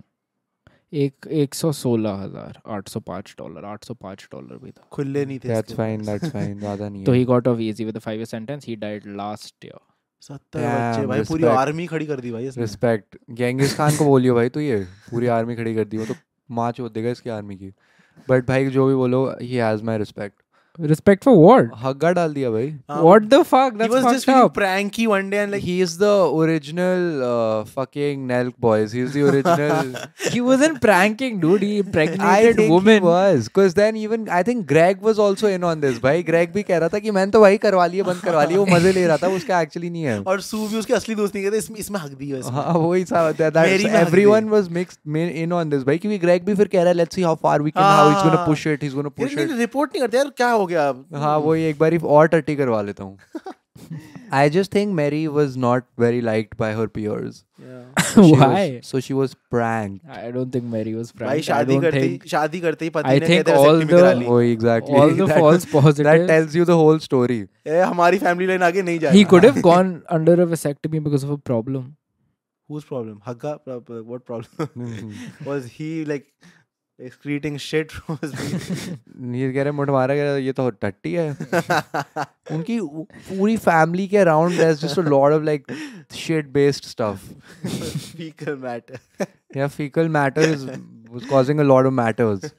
Speaker 1: एक एक सौ सोलह हजार आठ सौ पाँच डॉलर आठ सौ पाँच डॉलर भी था
Speaker 3: खुले नहीं थे
Speaker 2: दैट्स फाइन दैट्स फाइन ज्यादा नहीं
Speaker 3: तो
Speaker 1: So
Speaker 2: है
Speaker 1: he got off easy with a five year sentence. He died last year.
Speaker 3: सत्तर
Speaker 2: Damn,
Speaker 3: बच्चे भाई पूरी
Speaker 2: respect.
Speaker 3: आर्मी खड़ी कर दी भाई इसने
Speaker 2: रिस्पेक्ट गेंगिस खान को बोलियो भाई तो ये पूरी आर्मी खड़ी कर दी वो तो माँ चोद देगा इसकी आर्मी की बट भाई जो भी बोलो he has my respect
Speaker 1: Respect for what?
Speaker 2: हग्गा डाल दिया भाई
Speaker 1: What the fuck?
Speaker 3: हाँ। Um, He
Speaker 1: That's
Speaker 3: was just
Speaker 1: fucked
Speaker 3: feeling
Speaker 1: up.
Speaker 3: pranky one day and like,
Speaker 2: he is the original uh, fucking Nelk boys. He's the original.
Speaker 1: he wasn't pranking, dude. He
Speaker 2: I
Speaker 1: impregnated
Speaker 2: think
Speaker 1: woman.
Speaker 2: he was because then even I think Greg was also in on this. भाई Greg भी कह रहा था कि मैंने तो वही करवा लिया बंद करवा लिया वो मजे ले रहा था उसका actually नहीं है
Speaker 3: और सू भी उसके असली दोस्त नहीं कहते इसमें इसमें हक दी है इसमें
Speaker 2: हाँ वही सा that,
Speaker 3: मेरी
Speaker 2: that
Speaker 3: में हक
Speaker 2: everyone was mixed main, in on this भाई क्योंकि Greg भी फिर कह रहा है let's see how far we can how he's gonna
Speaker 3: हाँ।
Speaker 2: push it he's gonna push
Speaker 3: यार,
Speaker 2: it
Speaker 3: नहीं रिपोर्ट नहीं करते यार क्या हो गया अब
Speaker 2: हाँ वही एक बार और टट्टी करवा लेता हूँ I just think Mary was not very liked by her peers.
Speaker 3: Yeah.
Speaker 2: So she was-
Speaker 1: Why?
Speaker 2: so she was pranked.
Speaker 1: I don't think Mary was pranked.
Speaker 3: भाई
Speaker 1: I
Speaker 3: शादी
Speaker 1: don't
Speaker 3: करते
Speaker 1: think
Speaker 3: ही शादी करते ही
Speaker 1: I
Speaker 3: पति ने
Speaker 1: think
Speaker 3: कहते
Speaker 1: all
Speaker 3: all
Speaker 1: the-
Speaker 3: निकला ली
Speaker 2: Oh, exactly.
Speaker 1: all the
Speaker 2: That
Speaker 1: false
Speaker 2: That
Speaker 1: positives.
Speaker 2: tells you the whole story.
Speaker 3: ए, हमारी फैमिली लाइन आगे नहीं जाएगी
Speaker 1: He could have gone under a vasectomy because of a problem.
Speaker 3: whose problem hagga what problem was he like excreting shit from his
Speaker 2: ये कह रहे मोट मारा गया ये तो टट्टी है उनकी उ- पूरी फैमिली के around there is just a lot of like shit based stuff
Speaker 3: fecal matter
Speaker 2: या fecal matter is causing a lot of matters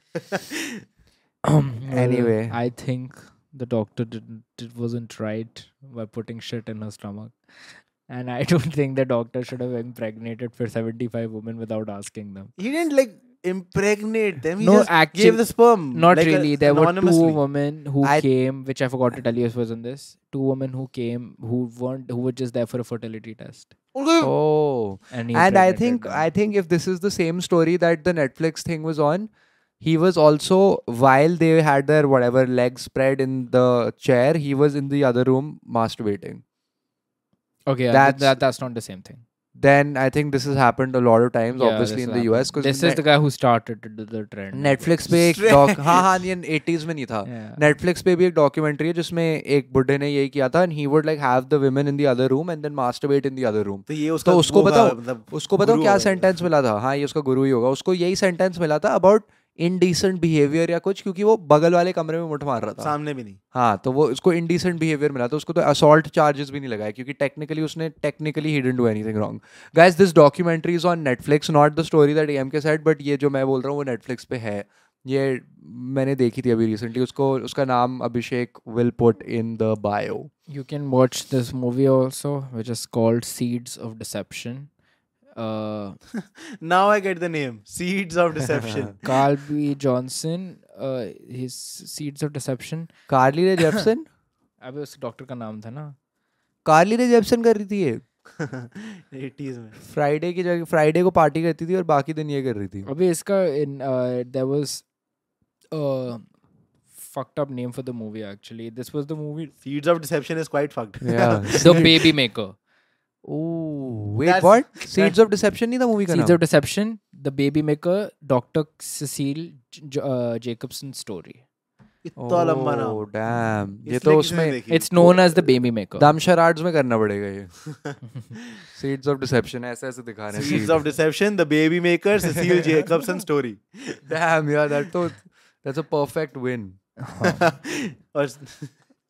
Speaker 2: Anyway.
Speaker 1: I think the doctor didn't it wasn't right by putting shit in her stomach. And I don't think the doctor should have impregnated for 75 women without asking them.
Speaker 3: he didn't like impregnate them he
Speaker 1: No,
Speaker 3: just
Speaker 1: actually-
Speaker 3: gave the sperm
Speaker 1: Not
Speaker 3: like, uh,
Speaker 1: really. There were two
Speaker 3: anonymously.
Speaker 1: women who
Speaker 2: I-
Speaker 1: came, which I forgot to tell you was in this. Two women who came who weren't who were just there for a fertility test.
Speaker 3: उनको
Speaker 2: oh
Speaker 1: And, he
Speaker 2: and i
Speaker 1: impregnated
Speaker 2: think
Speaker 1: them.
Speaker 2: i think if this is the same story that the netflix thing was on he was also while they had their whatever legs spread in the chair he was in the other room masturbating
Speaker 1: okay, yeah,
Speaker 2: that's-
Speaker 1: that's, that, that's not the same thing.
Speaker 2: then i think this has happened a lot of times
Speaker 1: Yeah,
Speaker 2: obviously
Speaker 1: this
Speaker 2: in the
Speaker 1: happened.
Speaker 2: us
Speaker 1: This is the guy who started the, the trend.
Speaker 2: Netflix पे एक
Speaker 3: Straight.
Speaker 2: डॉक हाँ हाँ ये 80s में नहीं था
Speaker 1: Yeah.
Speaker 2: नेटफ्लिक्स पे भी एक डॉक्यूमेंट्री है जिसमें एक बुढ़े ने यही किया था and he would like have the women in the other room and then masturbate in the other room
Speaker 3: तो ये उसका
Speaker 2: तो उसको
Speaker 3: वो
Speaker 2: बताओ
Speaker 3: होगा, मतलब
Speaker 2: उसको बताओ
Speaker 3: गुरु
Speaker 2: क्या
Speaker 3: होगा।
Speaker 2: सेंटेंस मिला था हाँ ये उसका गुरु ही होगा उसको यही सेंटेंस मिला था अबाउट इनडिसेंट बिहेवियर या कुछ क्योंकि वो बगल वाले कमरे में मुठ मार रहा था
Speaker 3: सामने भी नहीं
Speaker 2: हाँ तो वो उसको इनडिसेंट बिहेवियर मिला तो उसको तो असॉल्ट चार्जेस भी नहीं लगाए क्योंकि टेक्निकली उसने technically he didn't do anything wrong guys this documentary is on Netflix not the story that M K set but ये जो मैं बोल रहा हूँ वो नेटफ्लिक्स पे है ये मैंने देखी थी अभी रिसेंटली उसको उसका नाम Abhishek will put in the bio
Speaker 1: You can watch this movie also, which is called Seeds of Deception. Uh,
Speaker 3: now i get the name seeds of deception
Speaker 1: Carl B. Johnson, uh, his Seeds of Deception.
Speaker 2: Carly Rae Jepsen
Speaker 1: अबे उस डॉक्टर का नाम था ना
Speaker 2: कार्ली रे जेफसन कर रही थी ये
Speaker 3: 80s में
Speaker 2: फ्राइडे की जगह फ्राइडे को पार्टी करती थी और बाकी दिन ये कर रही थी
Speaker 1: अबे इसका in uh, there was uh, fucked up name for the movie actually. This was the movie
Speaker 3: seeds of deception is quite fucked
Speaker 1: The Baby Maker.
Speaker 2: Wait
Speaker 3: Oh, That's-
Speaker 2: what seeds of deception नहीं था मूवी का
Speaker 1: Seeds
Speaker 2: नाम
Speaker 1: of Deception, The Baby Maker, Dr. Cecile J- J- uh, Jacobson's story.
Speaker 3: इतना तो लंबा
Speaker 2: Oh, damn.
Speaker 3: नाम
Speaker 2: ये
Speaker 3: इसलिए
Speaker 2: तो
Speaker 3: किसी ने
Speaker 2: उसमें
Speaker 3: देखी।
Speaker 1: It's known as The Baby Maker.
Speaker 2: दामशराड्स में करना पड़ेगा ये सीड्स ऑफ डिसेप्शन ऐसे ऐसे दिखा रहे
Speaker 3: Seeds of Deception, The Baby Maker, Cecile Jacobson Story.
Speaker 2: Damn यार दैट तो दैट्स अ परफेक्ट विन हाँ।
Speaker 3: और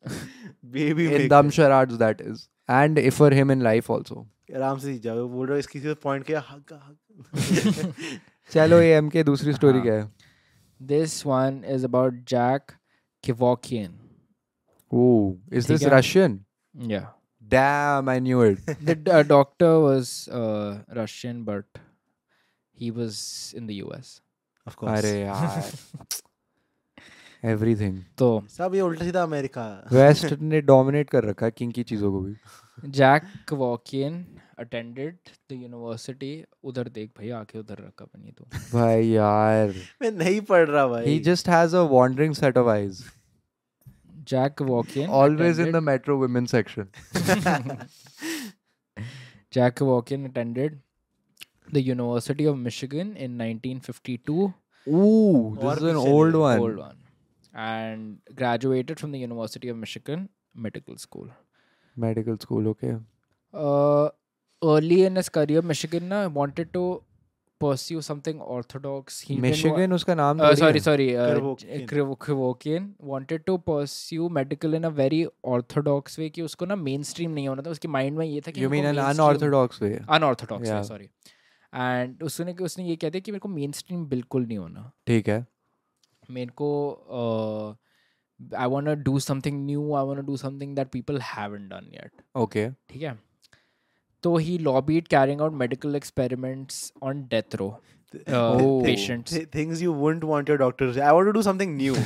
Speaker 3: Baby
Speaker 2: इन
Speaker 3: Maker.
Speaker 2: दामशराड्स that is and if for him in life also
Speaker 3: आराम से सीख जाओ बोल रहा हूँ इसकी पॉइंट क्या हग हाँ।
Speaker 2: चलो ये एम के दूसरी स्टोरी
Speaker 1: हाँ।
Speaker 2: क्या है
Speaker 1: This one is about Jack Kevorkian.
Speaker 2: Oh is
Speaker 1: ठीक
Speaker 2: दिस
Speaker 1: है।
Speaker 2: Russian
Speaker 1: Yeah.
Speaker 2: Damn I knew it
Speaker 1: The d- uh, doctor was uh, Russian, but he was in the US.
Speaker 3: Of
Speaker 2: अरे यार एवरीथिंग
Speaker 1: So,
Speaker 3: सब ये उल्टा सीधा अमेरिका
Speaker 2: वेस्ट ने डोमिनेट कर रखा है किंग की चीजों को भी
Speaker 1: Jack Kevorkian attended the university. उधर देख भैया आके उधर रखा अपनी तो
Speaker 2: भाई यार
Speaker 3: मैं नहीं पढ़ रहा
Speaker 2: he
Speaker 3: भाई
Speaker 2: just has a wandering set of eyes
Speaker 1: Jack Kevorkian
Speaker 2: always in the
Speaker 1: attended-
Speaker 2: metro women section
Speaker 1: Jack Kevorkian attended the University of Michigan in 1952.
Speaker 2: ooh
Speaker 3: और
Speaker 2: this is an
Speaker 3: पीछे
Speaker 2: old
Speaker 3: नहीं,
Speaker 2: one
Speaker 1: old one and graduated from the university of michigan medical school
Speaker 2: medical school okay
Speaker 1: uh, early in his career michigan na, wanted to pursue something orthodox he didn't wa-
Speaker 2: michigan उसका नाम
Speaker 1: uh, sorry
Speaker 2: थोड़ी है।
Speaker 1: sorry uh,
Speaker 3: Kevorkian.
Speaker 1: Krivokian wanted to pursue medical in a very orthodox way कि उसको ना mainstream नहीं होना था उसके mind में ये था कि
Speaker 2: you mean
Speaker 1: मेरे को
Speaker 2: an
Speaker 1: mainstream-
Speaker 2: unorthodox way
Speaker 1: unorthodox
Speaker 2: Yeah.
Speaker 1: Sorry and उसने उसने ये कह दिया कि मेरे को uh, mainstream बिल्कुल नहीं होना
Speaker 2: ठीक है
Speaker 1: मेरे को I want to do something new I want to do something that people haven't done yet
Speaker 2: Okay.
Speaker 1: ठीक है तो he lobbied carrying out medical experiments on death row
Speaker 2: Oh.
Speaker 1: Patients
Speaker 3: Th- things you wouldn't want your doctor to say. I want to do something new.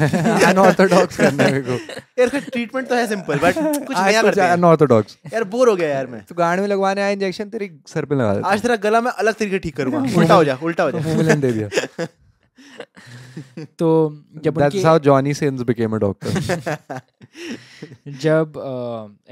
Speaker 2: Unorthodox करने मेरे को
Speaker 3: यार कुछ ट्रीटमेंट तो है सिंपल बट कुछ
Speaker 2: आज
Speaker 3: नया
Speaker 2: कुछ
Speaker 3: करते हैं
Speaker 2: unorthodox
Speaker 3: यार बोर हो गया यार मैं
Speaker 2: तो गांड में लगवाने आया इंजेक्शन तेरे सर पे लगा
Speaker 3: आज तेरा गला मैं अलग तरीके ठीक करूंगा उल्टा हो जा उल्टा हो
Speaker 2: देता
Speaker 3: जा
Speaker 2: मुंह में लेने दे दिया
Speaker 1: तो जब
Speaker 2: दैट्स
Speaker 1: उनकी
Speaker 2: how Johnny since became a doctor
Speaker 1: जब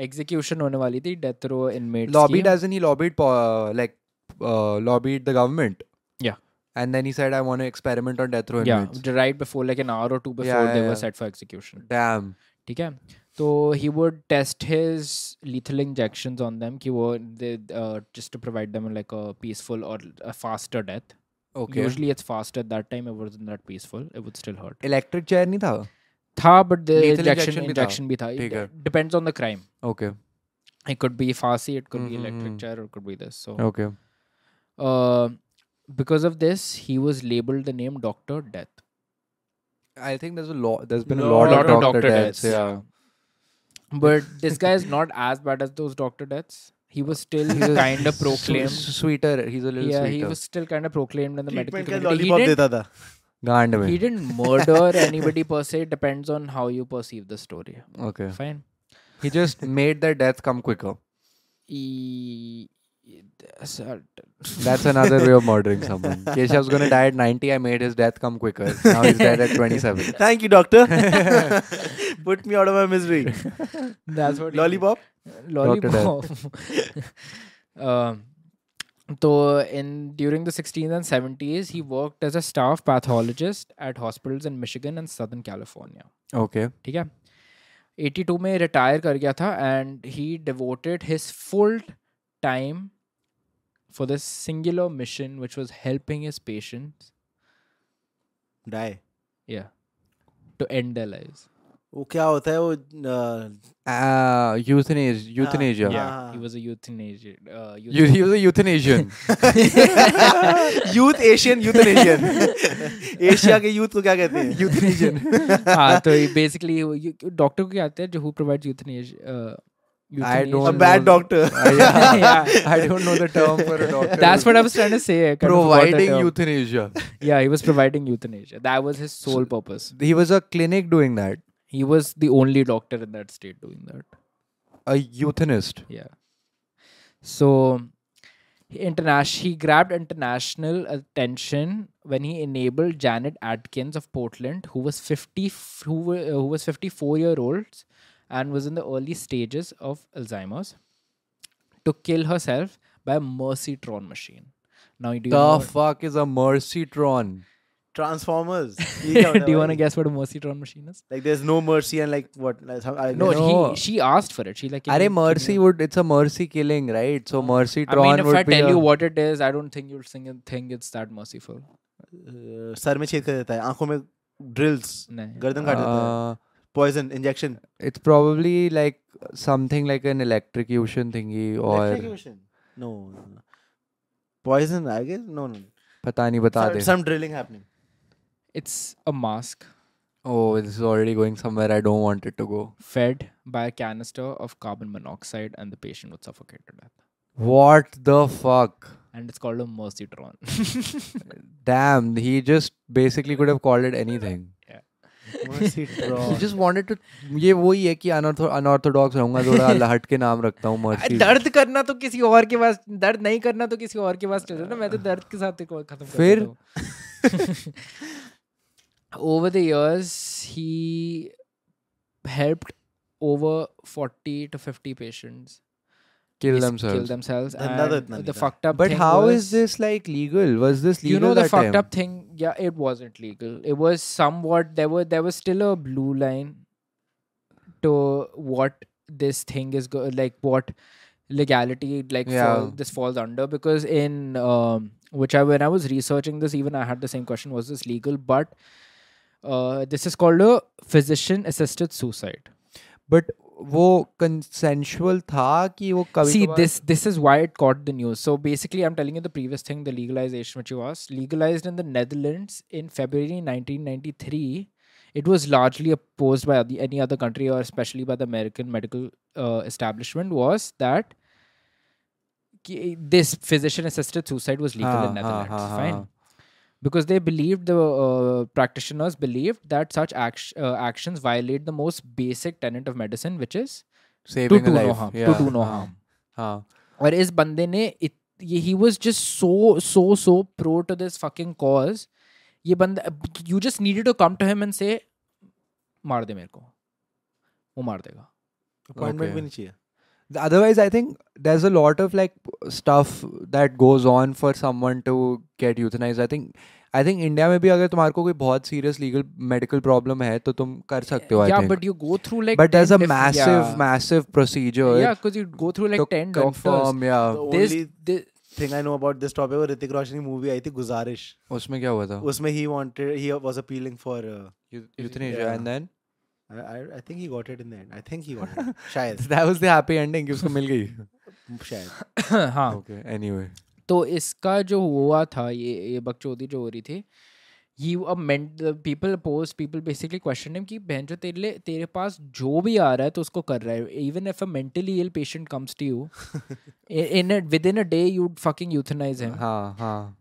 Speaker 1: एग्जीक्यूशन होने वाली थी death row inmates
Speaker 2: lobbied as in he lobbied po- like uh, lobbied the government
Speaker 1: Yeah.
Speaker 2: and then he said i want to experiment on death row
Speaker 1: yeah
Speaker 2: inmates."
Speaker 1: right before like an hour or two before
Speaker 2: Yeah,
Speaker 1: they
Speaker 2: yeah,
Speaker 1: were
Speaker 2: yeah.
Speaker 1: set for execution
Speaker 2: damn
Speaker 1: ठीक है तो he would test his lethal injections on them कि वो they uh, just to provide them like a peaceful or a faster death
Speaker 2: okay
Speaker 1: usually it's faster that time it wasn't that peaceful it would still hurt
Speaker 2: electric chair नहीं था
Speaker 1: था but the
Speaker 2: Lethal
Speaker 1: injection
Speaker 2: injection भी था।
Speaker 1: injection भी था
Speaker 2: ठीक है।
Speaker 1: It depends on the crime
Speaker 2: okay
Speaker 1: it could be फांसी it could be electric
Speaker 2: Mhm.
Speaker 1: chair or it could be this so
Speaker 2: okay Oh.
Speaker 1: uh, because of this he was labeled the name doctor death
Speaker 2: i think there's a lot there's been a
Speaker 3: Lot
Speaker 2: lot,
Speaker 3: of
Speaker 2: of doctor,
Speaker 1: doctor
Speaker 2: deaths,
Speaker 1: deaths.
Speaker 2: yeah
Speaker 1: but this guy is not as bad as those doctor deaths he was still
Speaker 2: He's a
Speaker 1: kind of
Speaker 2: s-
Speaker 1: proclaimed
Speaker 2: s- sweeter he's a little
Speaker 1: yeah, he
Speaker 2: sweeter
Speaker 1: was still kind of proclaimed in the medical
Speaker 3: treatment का
Speaker 1: community. He
Speaker 3: लॉलीपॉप
Speaker 1: didn't,
Speaker 3: देता था
Speaker 2: गांड में
Speaker 1: he didn't murder anybody per se. It depends on how you perceive the story.
Speaker 2: okay
Speaker 1: Fine.
Speaker 2: he just made their death come quicker
Speaker 1: E- that's a-
Speaker 2: that's another way of murdering someone Keshav's gonna die at 90 i made his death come quicker now he's dead at 27
Speaker 3: thank you doctor put me out of my misery
Speaker 1: that's what he did.
Speaker 3: Lollipop
Speaker 2: Doctor Death.
Speaker 1: lollipop. um, so in during the 16th and 70s, he worked as a staff pathologist at hospitals in Michigan and Southern California.
Speaker 2: okay
Speaker 1: ठीक है 82 में रिटायर कर गया था and he devoted his full time for this singular mission which was helping his patients
Speaker 3: die
Speaker 1: या टू एंड देयर लाइव्स
Speaker 3: वो क्या होता है वो uh,
Speaker 2: uh, euthanasia euthanasia
Speaker 3: Yeah.
Speaker 1: या
Speaker 3: Ah.
Speaker 1: He was a euthanized
Speaker 2: You, he was a euthanasian.
Speaker 3: Youth Asian youth Asian Asia के यूथ को क्या कहते हैं
Speaker 2: euthanasian.
Speaker 1: हां तो बेसिकली डॉक्टर को क्या आते हैं जो who provides euthanasia
Speaker 3: a
Speaker 2: don't
Speaker 3: bad
Speaker 2: know.
Speaker 3: doctor
Speaker 2: I don't know the term for a doctor.
Speaker 1: That's what I was trying to say. I kind of forgot the
Speaker 2: providing
Speaker 1: term.
Speaker 2: euthanasia.
Speaker 1: Yeah, he was providing euthanasia. That was his sole purpose.
Speaker 2: He was a clinic doing that.
Speaker 1: He was the only doctor in that state doing that.
Speaker 2: A euthanist.
Speaker 1: Yeah. So he international he grabbed international attention when he enabled Janet Atkins of Portland, who was fifty f- who, wa- uh, who was fifty four year old and was in the early stages of Alzheimer's, to kill herself by a Mercytron machine. Now do you
Speaker 2: The
Speaker 1: know,
Speaker 2: fuck is a mercytron?
Speaker 3: Transformers
Speaker 1: do you want to guess what a Mercytron machine is?
Speaker 3: like there's no mercy and like what like, some, I,
Speaker 1: No,
Speaker 2: No.
Speaker 1: He, she asked for it. She like. "Can you-
Speaker 2: Are
Speaker 1: can
Speaker 2: mercy
Speaker 1: you-"
Speaker 2: would it's a mercy killing, right? So
Speaker 1: I
Speaker 2: mercytron
Speaker 1: mean, if
Speaker 2: would
Speaker 1: I
Speaker 2: be.
Speaker 1: tell
Speaker 2: a-
Speaker 1: you what it is, I don't think you'll sing and think it's that merciful.
Speaker 3: uh, सर में छेद कर देता है आंखों में ड्रिल्स
Speaker 1: नहीं.
Speaker 3: गर्दन काट देता है
Speaker 2: uh,
Speaker 3: poison injection
Speaker 2: it's probably like something like an electrocution thingy or
Speaker 3: no poison I guess no no
Speaker 2: pata nahi bata de.
Speaker 3: Some drilling happening
Speaker 1: It's a mask
Speaker 2: Oh, this is already going somewhere I don't want it to go.
Speaker 1: fed by a canister of carbon monoxide, and the patient would suffocate to death.
Speaker 2: What the fuck?
Speaker 1: And it's called a mercytron.
Speaker 2: Damn, he just basically could have called it anything.
Speaker 3: mercy
Speaker 1: Oh.
Speaker 2: He
Speaker 3: draw
Speaker 2: just wanted to. ये वही है कि अनऑर्थोडॉक्स रहूंगा थोड़ा हट के नाम रखता हूँ मर्सी
Speaker 1: दर्द करना तो किसी और के पास दर्द नहीं करना तो किसी और के पास चल ना मैं तो दर्द के साथ खत्म कर
Speaker 2: फिर?
Speaker 1: over the years he helped over 40 to 50 patients basi- kill
Speaker 2: kill themselves.
Speaker 1: themselves
Speaker 3: धंधा तो इतना
Speaker 1: and
Speaker 3: नहीं
Speaker 1: the
Speaker 3: था।
Speaker 1: fucked up
Speaker 2: But
Speaker 1: thing
Speaker 2: how
Speaker 1: was,
Speaker 2: is this like legal? Was this legal
Speaker 1: you know the
Speaker 2: that
Speaker 1: fucked
Speaker 2: time?
Speaker 1: up thing yeah it wasn't legal it was somewhat there were there was still a blue line to what this thing is go- like what legality like
Speaker 2: Yeah.
Speaker 1: fall, this falls under because in um, which I when I was researching this even I had the same question was this legal but uh, this is called a physician assisted suicide
Speaker 2: But वो consensual था कि वो कभी
Speaker 1: See, this this is why it caught the news. So basically, I'm telling you the previous thing, the legalization which you asked, legalized in the Netherlands in February 1993, It was largely opposed by the- any other country or especially by the American medical uh, establishment was that ki- this physician assisted suicide was legal
Speaker 2: Ah,
Speaker 1: in
Speaker 2: ah,
Speaker 1: Netherlands.
Speaker 2: ah,
Speaker 1: Fine.
Speaker 2: ah.
Speaker 1: Because they believed the uh, practitioners believed that such act- uh, actions violate the most basic tenet of medicine, which is to
Speaker 2: saving
Speaker 1: do
Speaker 2: a life.
Speaker 1: no harm.
Speaker 2: Yeah.
Speaker 1: To do no
Speaker 2: हाँ,
Speaker 1: harm.
Speaker 2: हाँ.
Speaker 1: और इस बंदे ने इत, ये he was just so so so pro to this fucking cause ये बंदा you just needed to come to him and say मार दे मेरे को वो मार देगा
Speaker 3: अपॉइंटमेंट भी
Speaker 2: Okay.
Speaker 3: नहीं चाहिए
Speaker 2: Otherwise, I think there's a lot of like stuff that goes on for someone to get euthanized. I think I think India में भी अगर तुम्हारे को कोई बहुत serious legal medical problem है तो तुम कर सकते हो. I
Speaker 1: या
Speaker 2: think.
Speaker 1: But you go through like
Speaker 2: but there's a massive massive procedure
Speaker 1: yeah cuz you go through like
Speaker 2: to
Speaker 1: 10 doctors
Speaker 2: confirm yeah
Speaker 3: The
Speaker 1: this,
Speaker 3: only
Speaker 1: this
Speaker 3: thing I know about this topic was Ritik Roshan की movie आई थी गुजारिश
Speaker 2: उसमें क्या हुआ था
Speaker 3: उसमें he wanted he was appealing for uh,
Speaker 2: euthanasia
Speaker 3: Yeah.
Speaker 2: and then
Speaker 3: I, I I think he got it in the end I think he got it शायद
Speaker 2: that was the happy ending कि उसको मिल गई Ah,
Speaker 3: शायद
Speaker 1: हाँ
Speaker 2: okay anyway
Speaker 1: तो इसका जो हुआ था ये ये बकचोदी जो हो रही थी ही people post people basically question him कि बहन जो तेरे लिए तेरे पास जो भी आ रहा है तो उसको कर रहा है even if a mentally ill patient comes to you in with in a day you fucking euthanize him
Speaker 2: हाँ हाँ
Speaker 1: uh,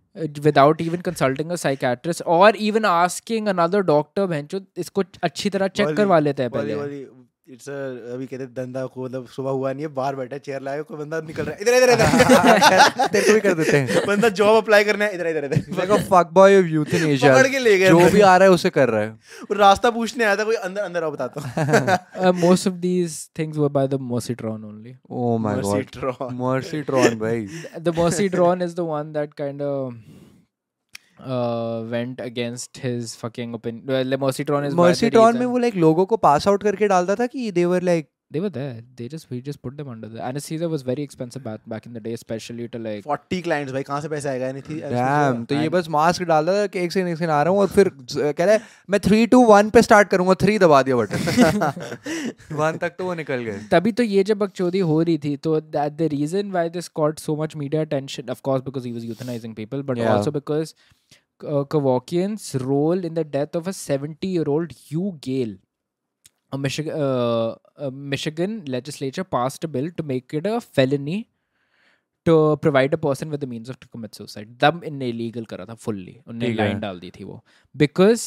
Speaker 1: without even consulting a psychiatrist और इवन आस्किंग अनदर डॉक्टर बहन जो इसको अच्छी तरह चेक
Speaker 3: वाली-
Speaker 1: करवा लेते हैं
Speaker 3: वाली
Speaker 1: पहले
Speaker 3: वाली इट्स अ अभी कहते हैं धंधा को मतलब सुबह हुआ नहीं है बाहर बैठा चेयर लाया कोई बंदा निकल रहा है इधर इधर इधर
Speaker 2: तेरे को भी कर देते हैं
Speaker 3: बंदा जॉब अप्लाई करना है इधर इधर
Speaker 2: He's
Speaker 3: इधर
Speaker 2: like a fuck boy of euthanasia
Speaker 3: पकड़ के ले गए
Speaker 2: जो भी आ रहा है उसे कर रहा है
Speaker 3: वो रास्ता पूछने आया था कोई अंदर अंदर आओ बताता हूँ
Speaker 1: most of these things were by the mercitron only
Speaker 2: oh my god
Speaker 3: Mercitron.
Speaker 2: mercy tron भाई
Speaker 1: the mercy drawn is the one that kind of uh went against his fucking opinion well, the mercy drawn is
Speaker 2: mercy
Speaker 1: valid
Speaker 2: tron
Speaker 1: reason.
Speaker 2: में वो like लोगों को pass out करके डालता था कि they were like
Speaker 1: they were there they just we just put them under the anesthesia was very expensive back, back in the day especially to like
Speaker 3: 40 clients भाई कहाँ से पैसे आएगा नहीं थी
Speaker 2: डैम तो ये बस मास्क डाल रहा था कि एक से एक से आ रहा हूँ और फिर ज- कह रहा है मैं थ्री टू वन पे स्टार्ट करूंगा थ्री दबा दिया बटन वन तक तो वो निकल गए
Speaker 1: तभी तो ये जब बकचोदी हो रही थी तो that the reason why this caught so much media attention of course because he was euthanizing people but
Speaker 2: Yeah.
Speaker 1: also because uh, Kevorkian's role in the death of a 70 year old Hugh Gale a Michigan uh, a Michigan legislature passed a bill to make it a felony to provide a person with the means of to commit suicide दम इनने illegal करा था fully उनने
Speaker 2: ठीक है।
Speaker 1: line डाल दी थी वो because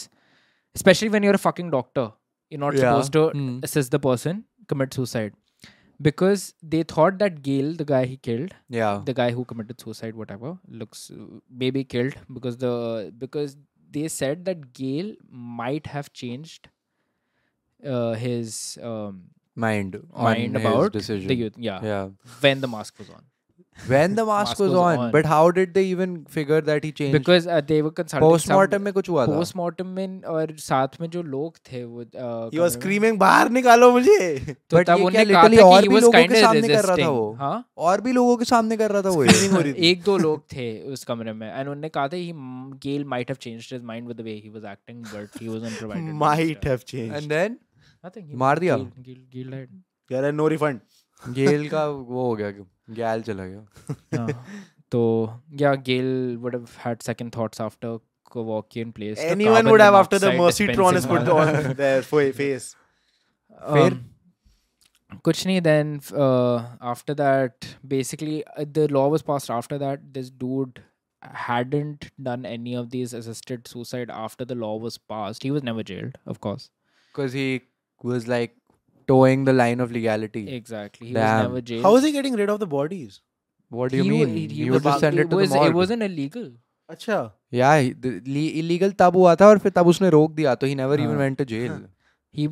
Speaker 1: especially when you're a fucking doctor you're not
Speaker 2: Yeah.
Speaker 1: supposed to
Speaker 2: Hmm.
Speaker 1: assist the person commit suicide because they thought that Gale, the guy he killed,
Speaker 2: या
Speaker 1: the guy who committed suicide, whatever, looks uh, maybe killed because the because they said that Gale might have changed uh, his um,
Speaker 2: mind
Speaker 1: mind about the
Speaker 2: decision
Speaker 1: youth. Yeah,
Speaker 2: या
Speaker 1: when the mask was on,
Speaker 2: when the
Speaker 1: Mask
Speaker 2: mask was
Speaker 1: was
Speaker 2: on
Speaker 1: on.
Speaker 2: But how did they even figure that he change
Speaker 1: because uh, they were consulting some-
Speaker 2: postmortem में कुछ हुआ था
Speaker 1: postmortem में और साथ में जो लोग थे वो uh,
Speaker 3: ही वाज
Speaker 1: कमरे में,
Speaker 3: स्क्रीमिंग बाहर निकालो मुझे
Speaker 1: तो
Speaker 2: But
Speaker 1: तब
Speaker 2: ये क्या
Speaker 1: उनने कहा
Speaker 2: literally
Speaker 1: था कि he
Speaker 2: और भी
Speaker 1: was
Speaker 2: लोगों के
Speaker 1: kind of
Speaker 2: सामने कर रहा था
Speaker 1: resisting.
Speaker 2: वो?
Speaker 1: हाँ
Speaker 2: और भी लोगों के सामने कर रहा था वो ये
Speaker 3: Screening हो रही थी
Speaker 1: एक दो लोग थे उस कमरे में एंड उन्होंने कहा था he Gale might have changed his mind with the way he was acting but he was unprovided
Speaker 3: might have change
Speaker 2: and then
Speaker 1: nothing
Speaker 2: मार दिया?
Speaker 1: गेल गेल डाइड
Speaker 3: यार नो रिफंड
Speaker 2: गेल का वो हो गया गैल चला गया
Speaker 1: तो या Gale would have had second thoughts after Kevorkian place
Speaker 3: anyone would have after the mercy tron is put on their face
Speaker 1: फिर Um, कुछ नहीं uh, then after that basically the law was passed after that this dude hadn't done any of these assisted suicide after the law was passed he was never jailed of course
Speaker 2: because he was like towing the line of legality.
Speaker 1: Exactly. He
Speaker 2: Damn.
Speaker 1: was never jailed.
Speaker 3: How is he getting rid of the bodies
Speaker 2: What do you
Speaker 1: He wa-
Speaker 2: mean?
Speaker 1: he- he was-
Speaker 2: you would just send
Speaker 1: it
Speaker 2: it to
Speaker 1: was,
Speaker 2: the morgue.
Speaker 1: It wasn't illegal.
Speaker 3: अच्छा
Speaker 2: yeah, he- the, le- illegal तब हुआ था और फिर तब उसने रोक दिया तो he never even
Speaker 1: हाँ.
Speaker 2: went to jail.
Speaker 1: He,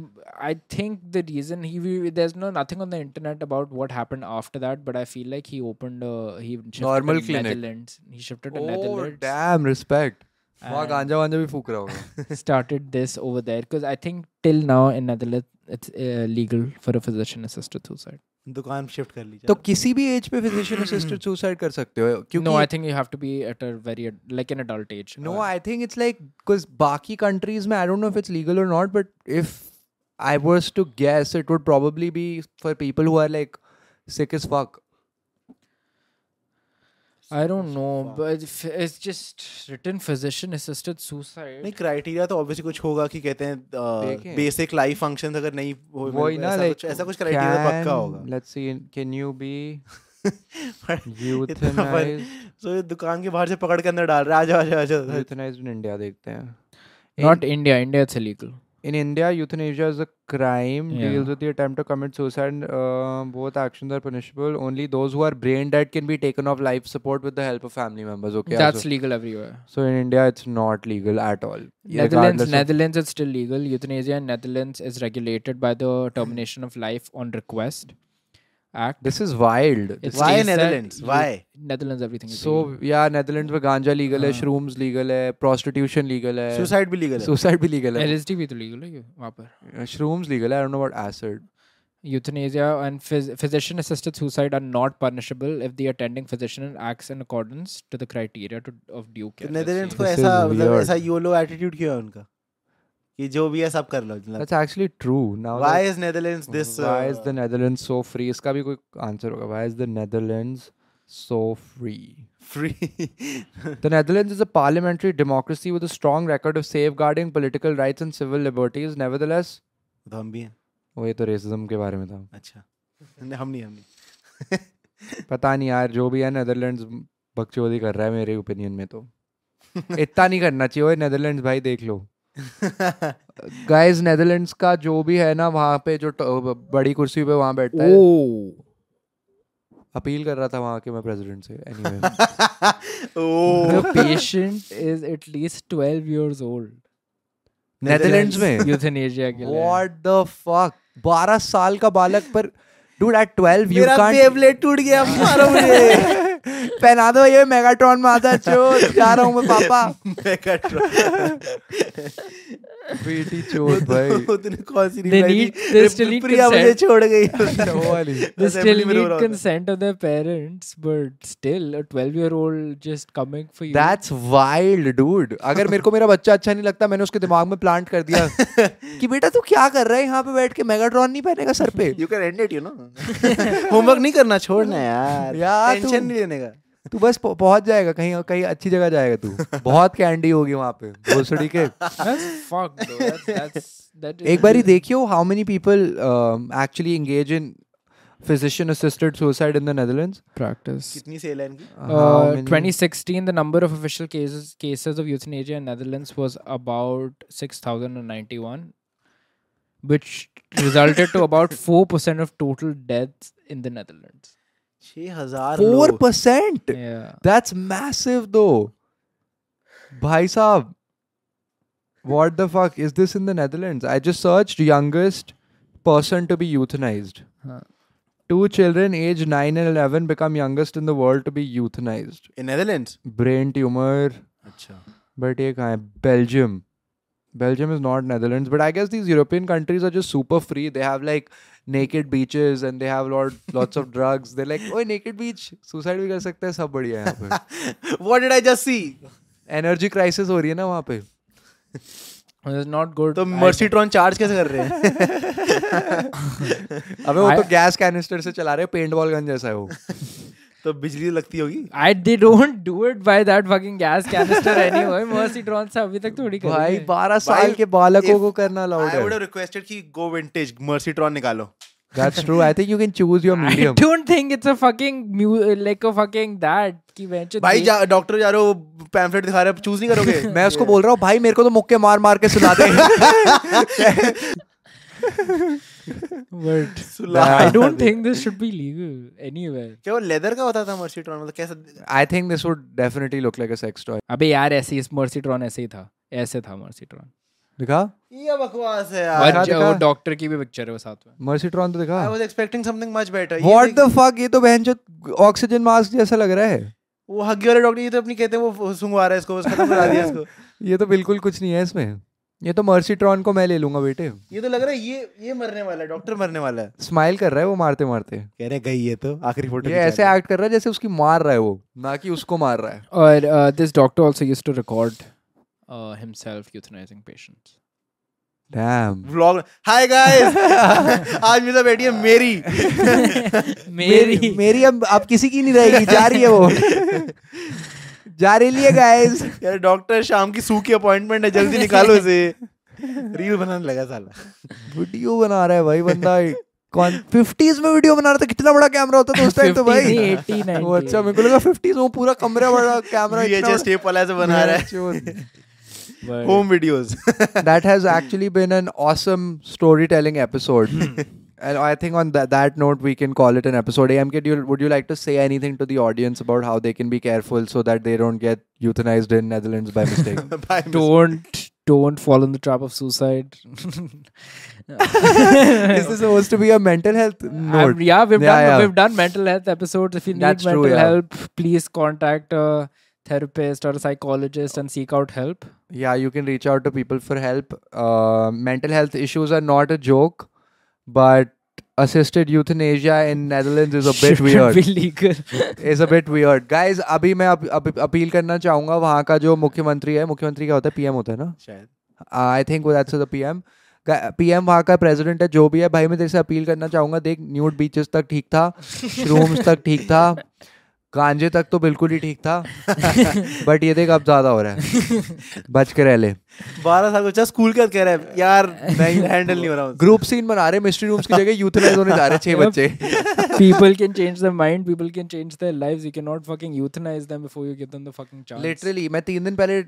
Speaker 1: I think the reason he we- there's no nothing on the internet about what happened after that, but I feel like he opened a he shifted
Speaker 2: Normal
Speaker 1: to
Speaker 2: clinic.
Speaker 1: Netherlands. He shifted to
Speaker 2: Oh
Speaker 1: Netherlands.
Speaker 2: damn, respect. वहाँ
Speaker 1: and
Speaker 2: गांजा वांजा भी फूक रहा होगा.
Speaker 1: started this over there because I think till now in Netherlands it's uh, legal for a physician assisted suicide.
Speaker 3: दुकान शिफ्ट कर ली
Speaker 2: तो किसी भी एज पे physician assisted suicide कर सकते हो क्योंकि
Speaker 1: no, I think you have to be at a very ad- like an adult age.
Speaker 2: No,
Speaker 1: uh,
Speaker 2: I think it's like because Baki countries, mein, I don't know if it's legal or not, but if I was to guess, it would probably be for people who are like sick as fuck.
Speaker 1: I don't know,
Speaker 3: fuck.
Speaker 1: but if it's just written physician assisted suicide.
Speaker 3: नहीं क्राइटेरिया तो ऑब्वियसली कुछ होगा कि कहते हैं
Speaker 2: देखें।
Speaker 3: बेसिक लाइफ फंक्शंस अगर नहीं हो
Speaker 2: वही ना
Speaker 3: ऐसा
Speaker 2: like,
Speaker 3: कुछ ऐसा कुछ क्राइटेरिया पक्का
Speaker 2: can-
Speaker 3: होगा
Speaker 2: let's see can you be
Speaker 3: इतना फन-
Speaker 2: euthanized
Speaker 3: सो ये दुकान के बाहर से पकड़ के अंदर डाल रहा है आजा आजा आजा आजा।
Speaker 2: euthanized in india देखते हैं
Speaker 1: Not India. India it's illegal.
Speaker 2: in India, euthanasia is a crime,
Speaker 1: Yeah.
Speaker 2: deals with the attempt to commit suicide. Uh, both actions are punishable. Only those who are brain dead can be taken off life support with the help of family members. Okay,
Speaker 1: That's
Speaker 2: so,
Speaker 1: legal everywhere.
Speaker 2: so in India, it's not legal at all.
Speaker 1: Netherlands,
Speaker 2: regardless of-
Speaker 1: Netherlands, it's still legal. Euthanasia in Netherlands is regulated by the Termination of Life on Request Act.
Speaker 2: This is wild.
Speaker 1: It
Speaker 3: Why
Speaker 1: states that
Speaker 3: Netherlands?
Speaker 1: you-
Speaker 3: Why?
Speaker 1: Netherlands? Everything is
Speaker 2: so
Speaker 1: legal.
Speaker 2: yeah, Netherlands में गांजा legal है,
Speaker 1: हाँ.
Speaker 2: shrooms legal है, prostitution legal है,
Speaker 3: सुसाइड भी लीगल है
Speaker 2: suicide भी legal है,
Speaker 1: LSD भी तो legal है ये वहाँ पर.
Speaker 2: Uh, shrooms legal है. I don't know about acid.
Speaker 1: Euthanasia and phys- physician assisted suicide are not punishable if the attending physician acts in accordance to the criteria to, of due care. That's
Speaker 3: Netherlands को
Speaker 2: This
Speaker 3: ऐसा
Speaker 2: is
Speaker 3: मतलब
Speaker 2: weird.
Speaker 3: ऐसा योलो एटीट्यूड क्यों है उनका कि जो भी है सब कर लो मतलब
Speaker 2: That's actually true. Now that-
Speaker 3: why is netherlands this
Speaker 2: why is the
Speaker 3: uh,
Speaker 2: netherlands so free इसका भी कोई आंसर होगा why is the netherlands so free
Speaker 3: free
Speaker 2: the netherlands is a parliamentary democracy with a strong record of safeguarding political rights and civil liberties nevertheless
Speaker 3: तो हम भी हैं
Speaker 2: वो ये तो racism के बारे में था
Speaker 3: अच्छा नहीं, हम नहीं हम नहीं
Speaker 2: पता नहीं यार जो भी है netherlands बकचोदी कर रहा है मेरे opinion में तो इतना नहीं करना चाहिए ओए netherlands भाई देख लो गाइस netherlands का जो भी है ना वहाँ पे जो ट- बड़ी कुर्सी पे वहाँ बैठता है
Speaker 1: Oh,
Speaker 2: अपील कर रहा था वहाँ के मैं president से anyway
Speaker 1: the
Speaker 3: oh
Speaker 1: patient is at least 12 years old.
Speaker 2: Netherlands में
Speaker 1: Euthanasia के लिए.
Speaker 2: What the fuck? 12 साल का बालक पर dude at 12 you
Speaker 3: मेरा
Speaker 2: can't
Speaker 3: पेवलेट टूट गया मारो मुझे
Speaker 2: पहना दो ये मेगाट्रॉन में आता चोर जा रहा हूँ मैं पापा
Speaker 3: मैं कट रहा
Speaker 2: बेटी चोर भाई
Speaker 3: तूने कौन सी
Speaker 1: They
Speaker 3: reply
Speaker 1: need-
Speaker 3: दी?
Speaker 1: they
Speaker 3: रिप-
Speaker 1: still need
Speaker 3: प्रिया मुझे
Speaker 1: consent.
Speaker 3: छोड़ गई
Speaker 2: वो वाली।
Speaker 1: They still
Speaker 3: Assembly में रो
Speaker 1: need
Speaker 3: रहा होता है।
Speaker 1: consent of their parents, but still, a 12 year old just coming for you.
Speaker 2: That's wild, dude. अगर मेरे को मेरा बच्चा अच्छा नहीं लगता मैंने उसके दिमाग में प्लांट कर दिया कि बेटा तू क्या कर रहा है यहाँ पे बैठ के मेगाट्रॉन नहीं पहनेगा सर पे
Speaker 3: you can end it you no homework नहीं करना छोड़ना यार
Speaker 2: यार, तुम-
Speaker 3: टेंशन नहीं लेने का
Speaker 2: तू बस पह- पहुंच जाएगा कहीं कहीं अच्छी जगह जाएगा तू बहुत कैंडी होगी वहां पे भोसड़ी के
Speaker 1: that's fucked, though. That's, that's, that is
Speaker 2: एक बार ही देखियो how many people um, actually engage in physician assisted suicide in the netherlands
Speaker 1: practice.
Speaker 3: कितनी सेल है इनकी
Speaker 2: How
Speaker 1: Uh,
Speaker 2: many-
Speaker 1: 2016, Uh, the number of official cases cases of euthanasia in Netherlands was about 6,091, which resulted to about 4% of total deaths in the Netherlands.
Speaker 3: 6000
Speaker 2: 4%
Speaker 3: लोग।
Speaker 1: Yeah.
Speaker 2: that's massive though bhai saab what the fuck is this in the netherlands i just searched youngest person to be euthanized
Speaker 1: Huh.
Speaker 2: two children aged 9 and 11 become youngest in the world to be euthanized
Speaker 3: in Netherlands
Speaker 2: brain tumor
Speaker 3: अच्छा
Speaker 2: बट ये कहाँ है Belgium Belgium is not Netherlands but I guess these European countries are just super free they have like naked beaches and they have lot lots of drugs they like ओए नेकेड बीच सुसाइड भी कर सकते हैं सब बढ़िया है यहाँ
Speaker 3: what did i just see
Speaker 2: पे एनर्जी क्राइसिस हो रही है ना वहाँ पे
Speaker 1: It's not good.
Speaker 3: तो
Speaker 1: I-
Speaker 3: मर्सीट्रॉन चार्ज कैसे कर रहे हैं
Speaker 2: अबे वो तो
Speaker 1: I-
Speaker 2: गैस कैनिस्टर से चला रहे पेंट बॉल गन जैसा है वो
Speaker 3: तो बिजली लगती होगी
Speaker 1: I they don't do it by that fucking gas canister anyway. Mercy drone से अभी तक थोड़ी
Speaker 2: भाई
Speaker 1: करेंगे।
Speaker 2: बारह
Speaker 3: भाई,
Speaker 2: साल के बालकों
Speaker 3: if-
Speaker 2: को करना अलाउड
Speaker 3: आई वुड
Speaker 2: है
Speaker 3: हैव रिक्वेस्टेड कि गो विंटेज मर्सीट्रॉन निकालो
Speaker 2: that's true I think you can choose your
Speaker 1: I
Speaker 2: medium
Speaker 1: don't think it's a fucking mu- like a fucking that कि वेंचर
Speaker 3: भाई जा डॉक्टर जा रहे हो पैम्फलेट दिखा रहे हो चूज नहीं करोगे
Speaker 2: मैं उसको बोल रहा हूँ भाई मेरे को तो मुक्के मार मार के सुना दे
Speaker 1: But
Speaker 3: सुला
Speaker 1: I don't think this should be legal anywhere.
Speaker 3: क्या वो लेदर का होता था मर्सीट्रॉन मतलब कैसा
Speaker 2: I think this would definitely look like a sex toy
Speaker 1: अबे यार ऐसे इस मर्सीट्रॉन ऐसे ही था ऐसे था मर्सीट्रॉन
Speaker 2: दिखा
Speaker 3: ये बकवास है
Speaker 1: और
Speaker 3: यार
Speaker 2: दिखा,
Speaker 1: जो- वो
Speaker 2: दिखा।
Speaker 1: डॉक्टर की भी पिक्चर है वो साथ में
Speaker 2: मर्सीट्रॉन तो दिखा
Speaker 3: I was expecting something much better
Speaker 2: what the fuck ये तो बहनचोद ऑक्सीजन मास्क जैसा लग रहा है
Speaker 3: वो हग्गी वाले डॉक्टर ये तो अपनी कहते हैं वो सुंगवा रहा है इसको उसका बता दिया इसको
Speaker 2: ये तो बिल्कुल कुछ नहीं है इसमें ये तो मर्सीट्रॉन को मैं ले लूंगा बेटे
Speaker 3: ये तो लग रहा है ये ये मरने वाला है डॉक्टर मरने वाला है
Speaker 2: स्माइल कर रहा है वो मारते मारते
Speaker 3: कह रहे गई है तो आखिरी फोटो
Speaker 2: ये ऐसे एक्ट कर रहा है जैसे उसकी मार रहा है वो ना कि उसको मार रहा है
Speaker 1: और uh, this doctor also used to record himself euthanizing patients
Speaker 2: Damn.
Speaker 3: Vlog hi guys आज मेरा बेटी है मेरी
Speaker 1: मेरी
Speaker 2: मेरी अब अब किसी की नहीं रहेगी जा रही है वो जा रही है गाइस
Speaker 3: यार डॉक्टर शाम की सू की अपॉइंटमेंट है जल्दी निकालो इसे रील बनाने लगा साला
Speaker 2: वीडियो बना रहा है भाई बंदा कौन 50s में वीडियो बना रहा था कितना बड़ा कैमरा होता था उस टाइम तो
Speaker 1: 50s नहीं,
Speaker 2: भाई
Speaker 1: 80s, 90s.
Speaker 2: वो अच्छा मेरे को लगा 50s में वो पूरा कमरा बड़ा कैमरा
Speaker 3: VHS
Speaker 2: इतना
Speaker 3: टेप वाला ऐसे बना रहा है home videos
Speaker 2: that has actually been an awesome storytelling episode. and I think on that, that note, we can call it an episode. AMK, do you, would you like to say anything to the audience about how they can be careful so that they don't get euthanized in Netherlands by mistake?
Speaker 3: Bye, Mr.
Speaker 1: don't don't fall in the trap of suicide.
Speaker 2: Is this supposed to be a mental health note?
Speaker 1: I'm- yeah, we've
Speaker 2: Yeah,
Speaker 1: done
Speaker 2: yeah.
Speaker 1: we've done mental health episodes. If you need
Speaker 2: That's true,
Speaker 1: mental
Speaker 2: yeah.
Speaker 1: help, please contact a therapist or a psychologist and seek out help.
Speaker 2: yeah, you can reach out to people for help. Uh, mental health issues are not a joke, but assisted euthanasia in Netherlands is a bit
Speaker 1: Should
Speaker 2: weird.
Speaker 1: Be legal.
Speaker 2: Is a bit weird guys अभी मैं अप, अप, अपील करना चाहूंगा वहाँ का जो मुख्यमंत्री है मुख्यमंत्री क्या होता है पीएम होता है ना Uh,
Speaker 3: शायद
Speaker 2: I think that's the PM PM वहाँ का प्रेसिडेंट है जो भी है भाई मैं तेरे से अपील करना चाहूंगा देख न्यूड बीचेस तक ठीक था श्रूम्स तक ठीक था गांजे तक तो बिल्कुल ही ठीक था बट ये देख अब ज्यादा हो रहा है बच के रह ले
Speaker 3: बारह साल का बच्चा स्कूल का कह रहा है यार नहीं हैंडल नहीं हो रहा मुझसे।
Speaker 2: ग्रुप सीन बना रहे मिस्ट्री रूम्स की जगह यूथलाइज होने जा रहे हैं छह
Speaker 1: Yep.
Speaker 2: बच्चे
Speaker 1: people can change their mind. People can change their lives. You cannot fucking euthanize them before you give them the fucking chance.
Speaker 2: Literally मैं तीन दिन पहले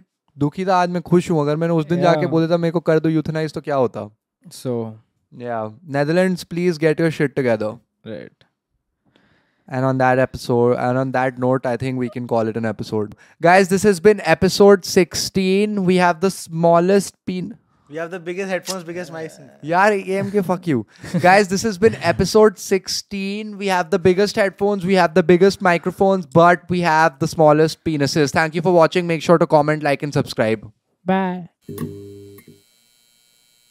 Speaker 2: दुखी था आज मैं खुश हूँ अगर मैंने उस दिन जाके
Speaker 1: Yeah.
Speaker 2: बोला था मेरे को कर दो यूथनाइज तो क्या होता
Speaker 1: So
Speaker 2: Yeah. Netherlands, please get your shit together.
Speaker 1: right.
Speaker 2: And on that episode, and on that note, I think we can call it an episode. Guys, this has been episode 16. We have the smallest pin.
Speaker 3: We have the biggest headphones, biggest mics.
Speaker 2: Yeah, AMK, fuck you. Guys, this has been episode 16. We have the biggest headphones, we have the biggest microphones, but we have the smallest penises. Thank you for watching. Make sure to comment, like, and subscribe.
Speaker 1: Bye.